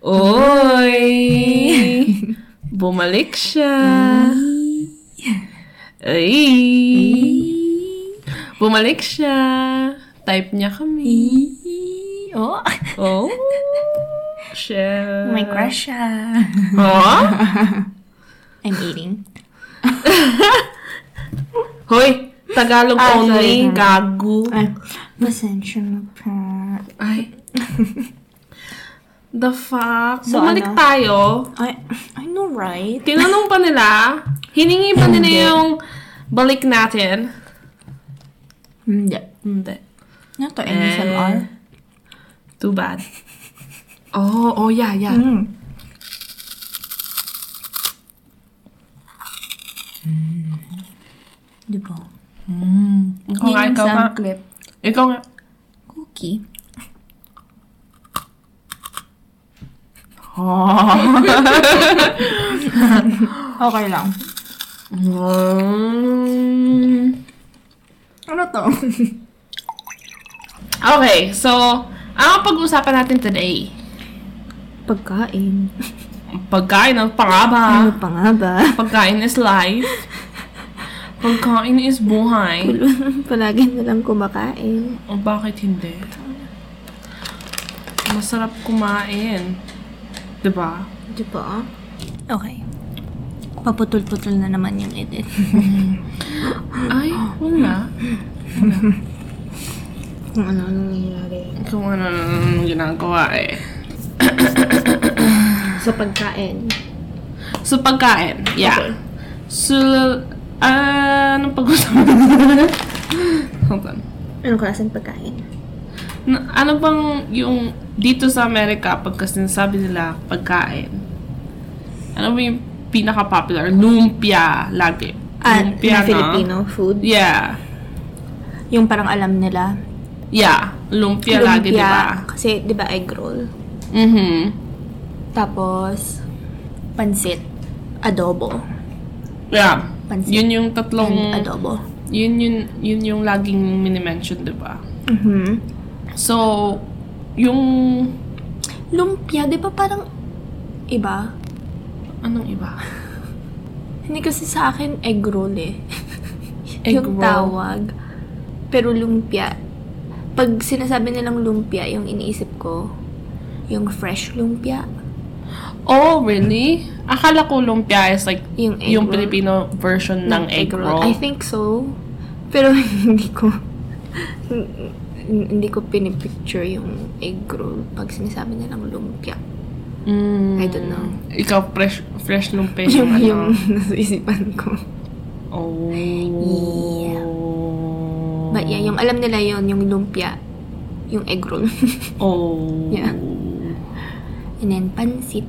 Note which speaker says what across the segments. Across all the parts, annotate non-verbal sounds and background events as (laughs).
Speaker 1: (laughs)
Speaker 2: Oy! Bumalik siya.
Speaker 1: Mm-hmm.
Speaker 2: Ay!
Speaker 1: Mm-hmm.
Speaker 2: Bumalik siya. Type niya kami.
Speaker 1: Oh,
Speaker 2: Oh! Siya.
Speaker 1: my crush siya.
Speaker 2: Oh?
Speaker 1: I'm eating.
Speaker 2: Hoy! Tagalog
Speaker 1: Ah,
Speaker 2: only.
Speaker 1: sorry. Ah.
Speaker 2: Gago.
Speaker 1: Ay, pasensya na po.
Speaker 2: Ay. The fuck?
Speaker 1: So,
Speaker 2: Bumalik
Speaker 1: ano?
Speaker 2: tayo.
Speaker 1: I, I know, right?
Speaker 2: Tinanong pa nila. Hiningi pa nila
Speaker 1: Hindi.
Speaker 2: yung balik natin.
Speaker 1: Hindi.
Speaker 2: Hindi.
Speaker 1: Not to
Speaker 2: Eh, Too bad. Oh, oh yeah, yeah.
Speaker 1: Mm. Mm. Di ba?
Speaker 2: Ikaw nga,
Speaker 1: Mm-hmm. Yun yung
Speaker 2: ikaw nga.
Speaker 1: sound clip.
Speaker 2: Ikaw nga.
Speaker 1: Cookie. Okay lang.
Speaker 2: Mm.
Speaker 1: Ano (laughs) to?
Speaker 2: (laughs) Okay, so, ang pag-uusapan natin today,
Speaker 1: Pagkain.
Speaker 2: pagkain ng pangaba.
Speaker 1: pa nga (laughs) ba?
Speaker 2: Pagkain is life. Pagkain is buhay.
Speaker 1: Palagi na lang kumakain.
Speaker 2: O bakit hindi? Masarap kumain. Diba? 'Di
Speaker 1: Di
Speaker 2: ba?
Speaker 1: ba? Okay. Paputol-putol na naman yung edit.
Speaker 2: Ay, wala.
Speaker 1: (laughs) Kung ano nang nangyayari.
Speaker 2: Kung ano nang ginagawa eh.
Speaker 1: Sa pagkain.
Speaker 2: So, pagkain. Yeah. So, ah, anong pag-usapan? (laughs) Hold on.
Speaker 1: Anong klaseng pagkain?
Speaker 2: Na- ano bang yung dito sa Amerika pagka sinasabi nila pagkain? Ano ba yung pinaka-popular? Lumpia lagi.
Speaker 3: Ah,
Speaker 2: Lumpia
Speaker 3: na Filipino food.
Speaker 2: Yeah.
Speaker 3: Yung parang alam nila.
Speaker 2: Yeah. Lumpia, lagi, di ba?
Speaker 3: Kasi, di ba, egg roll.
Speaker 2: Mm-hmm.
Speaker 3: Tapos, pansit. Adobo.
Speaker 2: Yeah.
Speaker 3: Pansit.
Speaker 2: Yun yung tatlong...
Speaker 3: And adobo.
Speaker 2: Yun, yun, yun yung laging minimension, di ba?
Speaker 3: Mhm.
Speaker 2: So, yung...
Speaker 3: Lumpia, di ba parang iba?
Speaker 2: Anong iba?
Speaker 3: Hindi kasi sa akin egg roll eh.
Speaker 2: Egg
Speaker 3: yung
Speaker 2: roll.
Speaker 3: tawag. Pero lumpia. Pag sinasabi nilang lumpia, yung iniisip ko, yung fresh lumpia.
Speaker 2: Oh, really? Akala ko lumpia is like
Speaker 3: Yung egg
Speaker 2: yung
Speaker 3: roll.
Speaker 2: Filipino version ng, egg roll.
Speaker 3: I think so. Pero (laughs) hindi ko hindi ko pinipicture yung egg roll pag sinasabi nilang lumpia.
Speaker 2: Mm.
Speaker 3: I don't know.
Speaker 2: Ikaw, fresh, fresh lumpia yung,
Speaker 3: (laughs) Yung,
Speaker 2: ano.
Speaker 3: yung nasa isipan ko.
Speaker 2: Oh.
Speaker 3: Yeah. But yeah, yung alam nila yon yung lumpia, yung egg roll. (laughs)
Speaker 2: Oh.
Speaker 3: Yeah. And then pansit,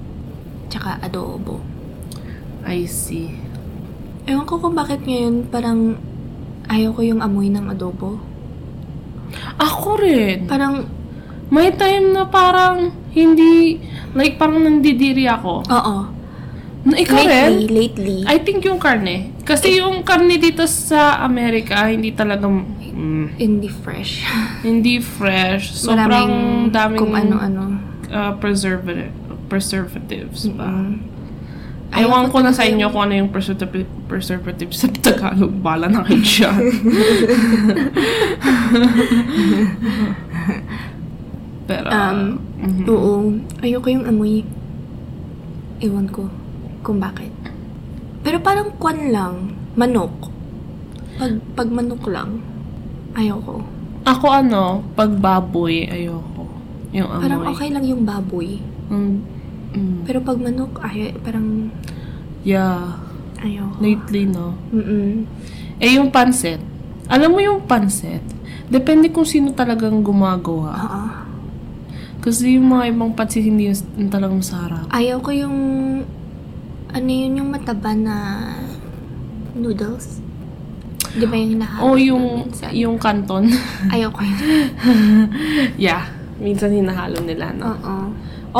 Speaker 3: tsaka adobo.
Speaker 2: I see.
Speaker 3: Ewan ko kung bakit ngayon parang ayaw ko yung amoy ng adobo.
Speaker 2: Ako rin.
Speaker 3: Parang,
Speaker 2: May time na parang hindi, like parang nandidiri ako.
Speaker 3: oo.
Speaker 2: Na Ikaw rin?
Speaker 3: Lately, lately.
Speaker 2: I think yung karne. Kasi yung karne dito sa Amerika, hindi talaga, mm,
Speaker 3: Hindi fresh.
Speaker 2: hindi fresh. (laughs) Sobrang
Speaker 3: Maraming
Speaker 2: daming
Speaker 3: kung ano-ano.
Speaker 2: uh, preservative, preservatives ba?
Speaker 3: Mm.
Speaker 2: Ewan ko
Speaker 3: Ayoko
Speaker 2: na sa
Speaker 3: talaga
Speaker 2: inyo kung ano yung preservative, preservative sa Tagalog. Bala na kayo (laughs) dyan. Pero,
Speaker 3: Um,
Speaker 2: mhm.
Speaker 3: Oo. Ayoko yung amoy. Ewan ko kung bakit. Pero parang kwan lang. Manok. Pag, pag manok lang, ayoko.
Speaker 2: ako ano, pag baboy, ayoko. Yung amoy.
Speaker 3: Parang okay lang yung baboy.
Speaker 2: Mm, mm,
Speaker 3: Pero pag manok, ay, parang
Speaker 2: yeah.
Speaker 3: ayoko.
Speaker 2: Lately, no?
Speaker 3: Mm-mm.
Speaker 2: Eh, yung pansit. Alam mo yung pansit? Depende kung sino talagang gumagawa.
Speaker 3: Oo.
Speaker 2: Kasi yung mga ibang pansit hindi yung talagang sarap.
Speaker 3: Ayaw ko yung... Ano yun yung mataba na noodles? Di ba yung hinahanap?
Speaker 2: O
Speaker 3: doon
Speaker 2: Oh, yung,
Speaker 3: minsan?
Speaker 2: yung kanton. (laughs)
Speaker 3: Ayaw ko yun. (laughs)
Speaker 2: yeah. Minsan hinahalo nila, no?
Speaker 3: Oo.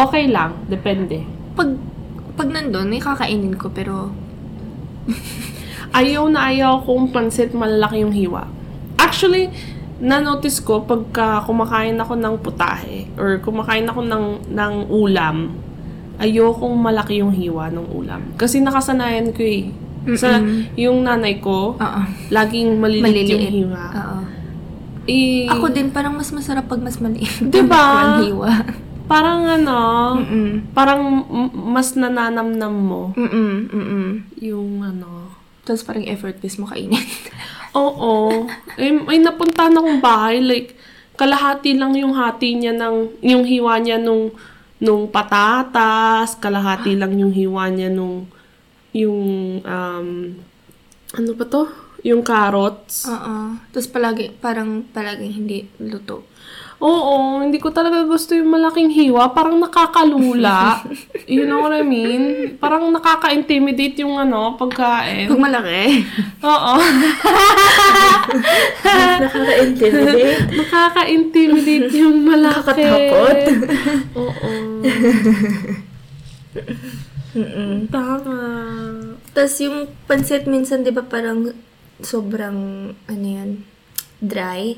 Speaker 2: Okay lang. Depende.
Speaker 3: Pag, pag nandun, may kakainin ko pero...
Speaker 2: Ayaw na ayaw kung pansit malaki yung hiwa. Actually, na-notice ko pagka kumakain ako ng putahe or kumakain ako ng, ng ulam, ayokong malaki yung hiwa ng ulam. Kasi nakasanayan ko eh. Sa, yung nanay ko,
Speaker 3: Oo.
Speaker 2: laging Ah. maliliit, Ah. yung
Speaker 1: Maliliit.
Speaker 2: hiwa.
Speaker 3: Oo.
Speaker 2: Eh,
Speaker 3: Ako din, parang mas masarap (laughs) pag mas maliit.
Speaker 2: Diba?
Speaker 3: Ang hiwa.
Speaker 2: Parang ano,
Speaker 3: Mm-mm.
Speaker 2: parang m- mas nananamnam mo
Speaker 3: Mm-mm. Mm-mm.
Speaker 2: yung ano.
Speaker 3: Tapos parang effortless mo kainin. (laughs)
Speaker 2: Oo. ay, ay napunta na akong bahay. Like, kalahati lang yung hati niya ng, yung hiwa niya nung, nung patatas, kalahati lang yung hiwa niya nung, yung, um, ano ba to? Yung carrots.
Speaker 3: Oo. Tapos palagi, parang palaging hindi luto.
Speaker 2: Oo, hindi ko talaga gusto yung malaking hiwa. Parang nakakalula. you know what I mean? Parang nakaka-intimidate yung ano, pagkain.
Speaker 3: Pag (laughs) malaki.
Speaker 2: Oo.
Speaker 4: Nakaka-intimidate.
Speaker 2: Nakaka-intimidate yung malaki.
Speaker 4: Nakakatakot.
Speaker 2: Oo. Tama.
Speaker 3: Tapos yung pancit minsan, di ba parang sobrang, ano yan, dry?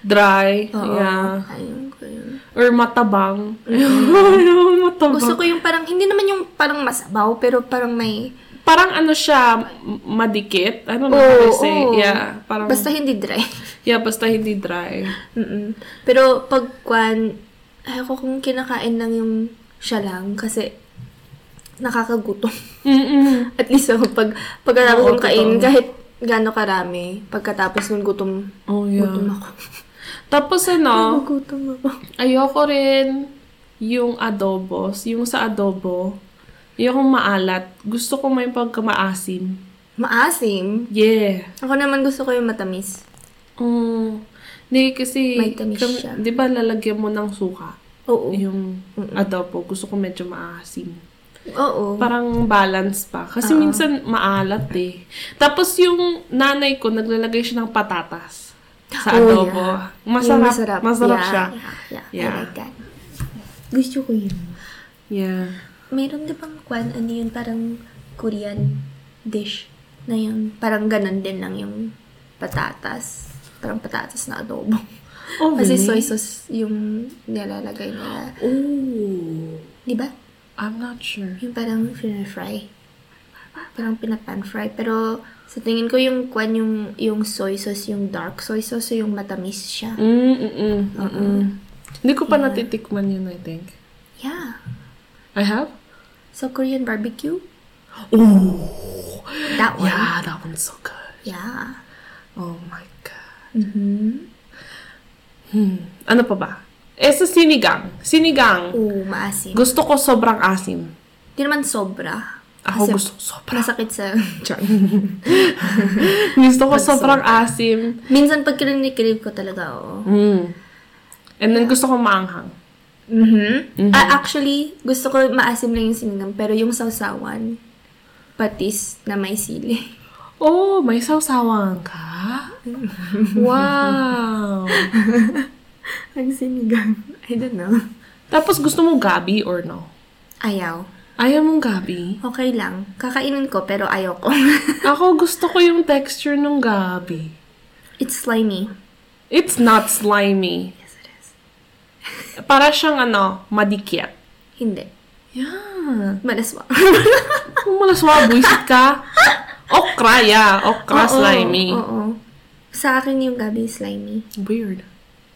Speaker 2: Dry. Yeah.
Speaker 3: Ayun ko yun.
Speaker 2: Or matabang. (laughs) Ayun, matabang.
Speaker 3: Gusto ko yung parang, hindi naman yung parang masabaw, pero parang may,
Speaker 2: Parang ano siya, m- madikit. Ano na oh,
Speaker 3: Oo,
Speaker 2: say?
Speaker 3: oo.
Speaker 2: Yeah. Parang,
Speaker 3: basta hindi
Speaker 2: (laughs)
Speaker 3: dry.
Speaker 2: yeah, basta hindi dry.
Speaker 3: Mm-mm. Pero pag kwan, ayoko kung kinakain lang yung siya lang kasi nakakagutom. (laughs)
Speaker 2: Mm-mm.
Speaker 3: At least oh, pag pagkatapos
Speaker 2: Oo,
Speaker 3: kong kain,
Speaker 2: totoo.
Speaker 3: kahit gaano karami, pagkatapos ng gutom,
Speaker 2: Oh, yeah.
Speaker 3: gutom ako.
Speaker 2: Tapos ano,
Speaker 3: Gutom ako. (laughs)
Speaker 2: ayoko rin yung adobos. Yung sa adobo, ayokong maalat. Gusto ko may pagkamaasim.
Speaker 3: Maasim.
Speaker 2: Yeah.
Speaker 3: Ako naman gusto ko yung matamis.
Speaker 2: Mm. Hindi kasi,
Speaker 3: May tamis
Speaker 2: kam-
Speaker 3: siya.
Speaker 2: di ba lalagyan mo ng suka?
Speaker 3: Oo.
Speaker 2: Yung adobo, gusto ko medyo maasim.
Speaker 3: Oo.
Speaker 2: Parang balance pa. Kasi minsan maalat eh. Tapos yung nanay ko, naglalagay siya ng patatas sa
Speaker 3: Oh,
Speaker 2: adobo.
Speaker 3: yeah.
Speaker 2: Masarap.
Speaker 3: Yung
Speaker 2: Masarap,
Speaker 3: yeah,
Speaker 2: siya.
Speaker 3: Yeah, yeah,
Speaker 2: Yeah.
Speaker 3: I like that. Gusto ko yun.
Speaker 2: Yeah.
Speaker 3: Meron di bang kwan, ano yun, parang Korean dish na yun. Parang ganun din lang yung patatas. Parang patatas na adobo.
Speaker 2: Oh,
Speaker 3: Kasi
Speaker 2: really?
Speaker 3: soy sauce yung nilalagay nila.
Speaker 2: Oh.
Speaker 3: Di ba?
Speaker 2: I'm not sure.
Speaker 3: Yung parang fry Parang pinapan fry. Pero sa tingin ko yung kwan, yung, yung soy sauce, yung dark soy sauce, so yung matamis
Speaker 2: Mm,
Speaker 3: siya.
Speaker 2: Mm-mm. Mm-mm. Hindi ko pa natitikman yun, I think.
Speaker 3: Yeah.
Speaker 2: I have?
Speaker 3: So Korean barbecue?
Speaker 2: Oh,
Speaker 3: That one.
Speaker 2: yeah, that one's so good. Mm-hmm.
Speaker 3: Yeah.
Speaker 2: Oh my God.
Speaker 3: Mhm.
Speaker 2: Hmm. Ano pa ba? Eh, sa sinigang. Sinigang.
Speaker 3: Oo, maasim.
Speaker 2: Gusto ko sobrang asim.
Speaker 3: Di naman sobra.
Speaker 2: Ako
Speaker 3: Kasi
Speaker 2: gusto ko sobrang.
Speaker 3: Masakit sa (laughs) char.
Speaker 2: (laughs) Gusto ko sobrang asim.
Speaker 3: Minsan pag kinikrave ko talaga, oo.
Speaker 2: Mm. And then gusto ko maanghang.
Speaker 3: Mhm. Ah, actually, gusto ko maasim lang yung sinigang, pero yung sausawan, patis na may sili.
Speaker 2: Oh, may sawsawan (laughs) ka? Wow!
Speaker 3: Ang sinigang. I don't know.
Speaker 2: Tapos gusto mo gabi or no?
Speaker 3: Ayaw.
Speaker 2: Ayaw mong gabi?
Speaker 3: Okay lang. Kakainin ko, pero ayaw ko.
Speaker 2: Ako gusto ko yung texture ng gabi.
Speaker 3: (laughs) It's slimy.
Speaker 2: It's not slimy.
Speaker 3: Yes, it is. (laughs)
Speaker 2: Para siyang ano, madikit.
Speaker 3: Hindi.
Speaker 2: Yeah. (laughs)
Speaker 3: Malaswa.
Speaker 2: Kung malaswa, buisit ka. Oh, Okra, yeah. Okra, Ah, slimy.
Speaker 3: Oo. Sa akin yung gabi slimy.
Speaker 2: Weird.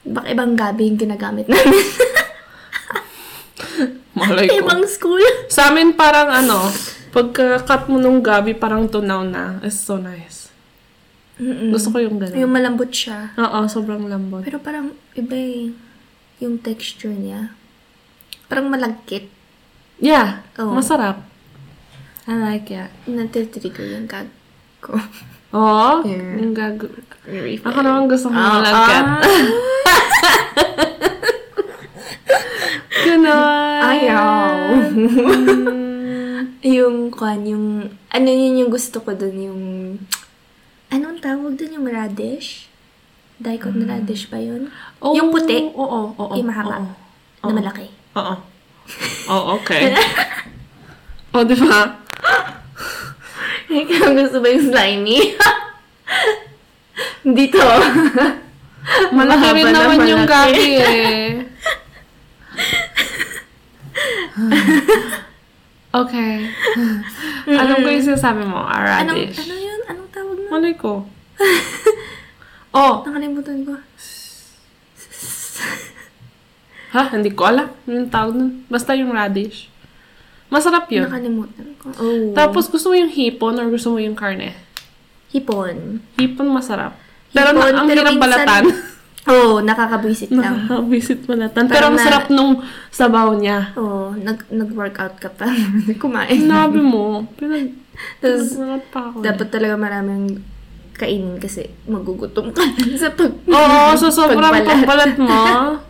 Speaker 3: Baka ibang gabi yung ginagamit namin. (laughs)
Speaker 2: Malay ko.
Speaker 3: ibang school.
Speaker 2: Sa amin parang ano, pagka-cut mo nung gabi, parang tunaw na. It's so nice.
Speaker 3: Mm-mm.
Speaker 2: Gusto ko yung ganun.
Speaker 3: Mm. Yung malambot siya.
Speaker 2: Oo, sobrang lambot.
Speaker 3: Pero parang iba eh. Yung texture niya. Parang malagkit.
Speaker 2: Yeah,
Speaker 3: Oo.
Speaker 2: masarap. I like it.
Speaker 3: Natitrigger yung gag ko. (laughs)
Speaker 2: Oo,
Speaker 3: Yeah.
Speaker 2: yung gago. Ako naman gusto ko
Speaker 3: Ah,
Speaker 2: malagkat. (laughs) Ganon. Mm.
Speaker 3: Ayaw. yung kwan, yung... Ano yun yung gusto ko dun, yung... Anong tawag dun yung radish? Daikon na radish ba yun?
Speaker 2: Oh,
Speaker 3: Yung puti.
Speaker 2: Oo, oo, oo.
Speaker 3: yung mahaba.
Speaker 2: oo.
Speaker 3: Na malaki. (laughs)
Speaker 2: Oo. Oh, (laughs) okay. oh, di ba?
Speaker 3: Ikaw gusto ba yung slimy? (laughs) Dito.
Speaker 2: Malaki rin
Speaker 3: Mahaba na
Speaker 2: naman yung (laughs) eh.
Speaker 3: malaki.
Speaker 2: gabi eh. (laughs) Okay. Alam ko yung sinasabi mo, a
Speaker 3: Anong,
Speaker 2: radish.
Speaker 3: ano yun? Anong tawag na?
Speaker 2: Malay ko. oh,
Speaker 3: (laughs) Nakalimutan (laughs) ko.
Speaker 2: ha? Hindi ko alam. Anong tawag nun? Basta yung radish. Masarap yun.
Speaker 3: Nakalimutan ko. Oh.
Speaker 2: Tapos gusto mo yung hipon or gusto mo yung karne?
Speaker 3: Hipon.
Speaker 2: Hipon masarap. Pero
Speaker 3: Hipon,
Speaker 2: na, ang
Speaker 3: pero
Speaker 2: hirap
Speaker 3: minsan- (laughs)
Speaker 2: balatan.
Speaker 3: Oo, oh, nakakabwisit lang.
Speaker 2: Nakakabisit balatan.
Speaker 3: Parang
Speaker 2: Pero ang
Speaker 3: na-
Speaker 2: sarap nung sabaw niya.
Speaker 3: Oo, oh, nag, nag-workout ka pa. (laughs) Kumain.
Speaker 2: Sinabi mo. Pinag...
Speaker 3: Tapos,
Speaker 2: Pinagmulat pa ako. eh.
Speaker 3: dapat talaga maraming kainin kasi magugutom ka (laughs) sa pag...
Speaker 2: Oo, so sobrang
Speaker 3: Pagbalat.
Speaker 2: pagbalat
Speaker 3: (laughs)
Speaker 2: mo.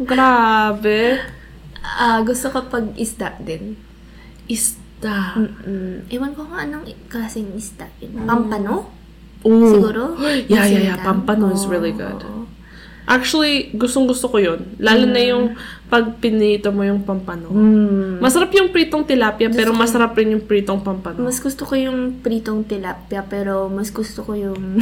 Speaker 2: Grabe.
Speaker 3: Ah, gusto ko pag isda din.
Speaker 2: Isda.
Speaker 3: Mm-mm. Ewan ko kung anong klaseng isda yun. Pampano?
Speaker 2: Ooh.
Speaker 3: Siguro?
Speaker 2: Mm. (gasps) Yeah, yeah, yeah.
Speaker 3: Sinigang?
Speaker 2: Pampano is
Speaker 3: Oo,
Speaker 2: really good.
Speaker 3: oo.
Speaker 2: Actually, gustong gusto ko yun. Lalo na yung pag pinito mo yung pampano.
Speaker 3: Mm.
Speaker 2: Masarap yung pritong tilapia, pero masarap rin yung pritong pampano.
Speaker 3: Mas gusto ko yung pritong tilapia, pero mas gusto ko yung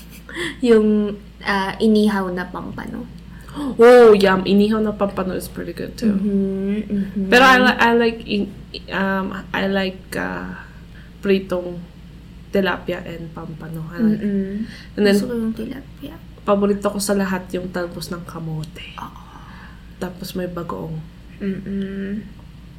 Speaker 3: (laughs) yung ah, inihaw na pampano.
Speaker 2: (gasps) Oh, yum. Inihaw na pampano is pretty good too.
Speaker 3: Mhm, mhm.
Speaker 2: Pero ano- I, li- I like in- um I like uh, pritong tilapia and pampano. I like.
Speaker 3: Mm-mm.
Speaker 2: And then
Speaker 3: gusto ko yung tilapia.
Speaker 2: paborito ko sa lahat yung talbos ng kamote.
Speaker 3: Ah.
Speaker 2: Tapos may bagoong
Speaker 3: Mm-mm.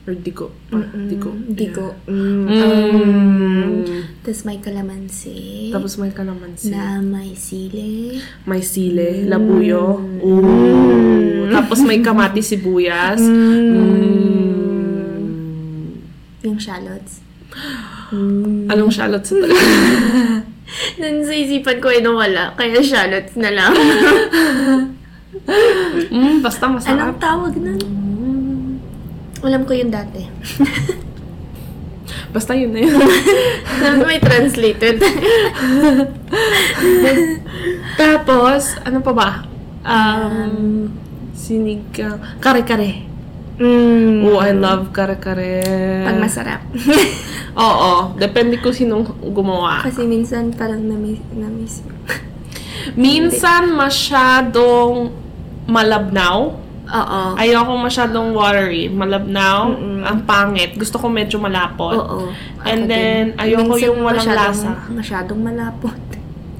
Speaker 2: or digo. pa.
Speaker 3: Mm-mm.
Speaker 2: Digo.
Speaker 3: Digo.
Speaker 2: Yeah.
Speaker 3: Mm.
Speaker 2: Mm.
Speaker 3: Tapos may kalamansi.
Speaker 2: Tapos may kalamansi.
Speaker 3: eh, na may sili.
Speaker 2: May sile, labuyo. Ooh. Tapos may kamati sibuyas. Mm.
Speaker 3: Yung shallots.
Speaker 2: Anong shallot sa Tagalog?
Speaker 3: Nun sa isipan ko ay nawala. Kaya shallots na (laughs) lang.
Speaker 2: Mm, basta masarap.
Speaker 3: Anong tawag nun? Mm. Alam ko yun dati.
Speaker 2: Basta yun na yun.
Speaker 3: Alam ko may translated.
Speaker 2: (laughs) Tapos, ano pa ba? Um, sinigang. Kare-kare.
Speaker 3: mm.
Speaker 2: Oh, I love kare-kare.
Speaker 3: Pag (laughs) masarap.
Speaker 2: Oo. Depende ko sinong gumawa.
Speaker 3: Kasi minsan parang namiss. namiss.
Speaker 2: Minsan, masyadong malabnaw.
Speaker 3: Oo.
Speaker 2: Ayoko masyadong watery. Malabnaw.
Speaker 3: Mm-mm.
Speaker 2: Ang pangit. Gusto ko medyo malapot.
Speaker 3: Oo.
Speaker 2: And
Speaker 3: Ako
Speaker 2: then,
Speaker 3: din.
Speaker 2: ayoko
Speaker 3: Minsan
Speaker 2: yung walang
Speaker 3: masyadong-
Speaker 2: lasa.
Speaker 3: Masyadong malapot.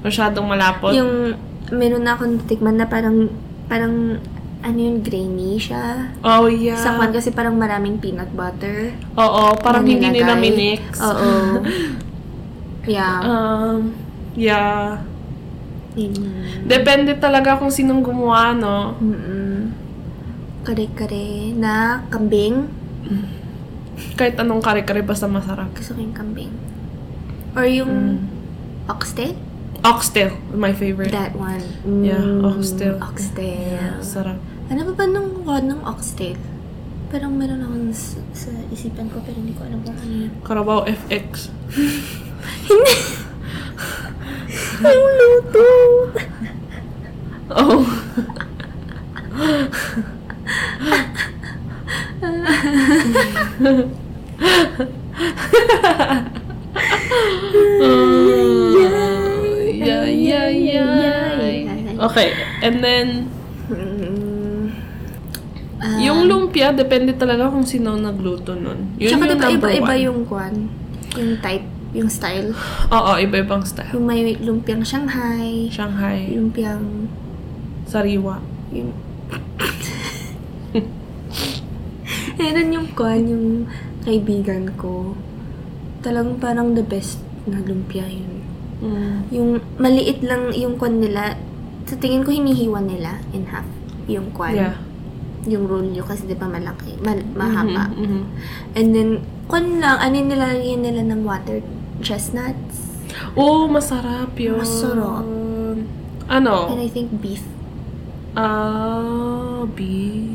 Speaker 2: Masyadong malapot.
Speaker 3: Yung, meron na akong natikman na parang, parang, ano yun, grainy siya.
Speaker 2: oh, yeah.
Speaker 3: Sa kwan kasi parang maraming peanut butter.
Speaker 2: Oo. Parang
Speaker 3: na
Speaker 2: hindi nila
Speaker 3: nilagay.
Speaker 2: minix. (laughs)
Speaker 3: Oo. yeah.
Speaker 2: Um, yeah. Ah.
Speaker 3: Yun.
Speaker 2: Depende talaga kung sinong gumawa, no?
Speaker 3: Mm-mm. Kare-kare na kambing.
Speaker 2: Kahit anong kare-kare, basta masarap.
Speaker 3: Gusto ko yung kambing. Or yung
Speaker 2: Mm.
Speaker 3: oxtail.
Speaker 2: Oxtail, my favorite.
Speaker 3: That one.
Speaker 2: Yeah,
Speaker 3: Mm,
Speaker 2: oxtail.
Speaker 3: Oxtail.
Speaker 2: Sarap.
Speaker 3: Ano ba ba nung kwan ng oxtail? Parang meron akong s- sa isipan ko pero hindi ko alam kung ano yun.
Speaker 2: Carabao FX.
Speaker 3: Yung luto!
Speaker 2: Oh. yeah, yeah, yeah. Okay, and then,
Speaker 3: Ah,
Speaker 2: yung lumpia, depende talaga kung sino ang nagluto nun. Yun
Speaker 3: Tsaka
Speaker 2: yung
Speaker 3: diba
Speaker 2: number
Speaker 3: iba-iba
Speaker 2: one.
Speaker 3: yung kwan? Yung type, yung style.
Speaker 2: Oo, iba-ibang style.
Speaker 3: Yung may lumpiang Shanghai,
Speaker 2: Shanghai,
Speaker 3: lumpiang...
Speaker 2: Sariwa.
Speaker 3: Yun. (laughs) Meron yung kwan, yung kaibigan ko. Talagang parang the best na lumpia yun.
Speaker 2: Mm.
Speaker 3: Yung maliit lang yung kwan nila, sa tingin ko hinihiwa nila in half yung kwan.
Speaker 2: Yeah.
Speaker 3: Yung rolyo kasi di ba malaki, mal- mahaba.
Speaker 2: Mhm, mhm.
Speaker 3: And then, kwan lang, ano nilalagyan nila ng water? Chestnuts?
Speaker 2: Oh, masarap yun.
Speaker 3: Masarap. And
Speaker 2: Ano?
Speaker 3: I think beef.
Speaker 2: Ah, beef.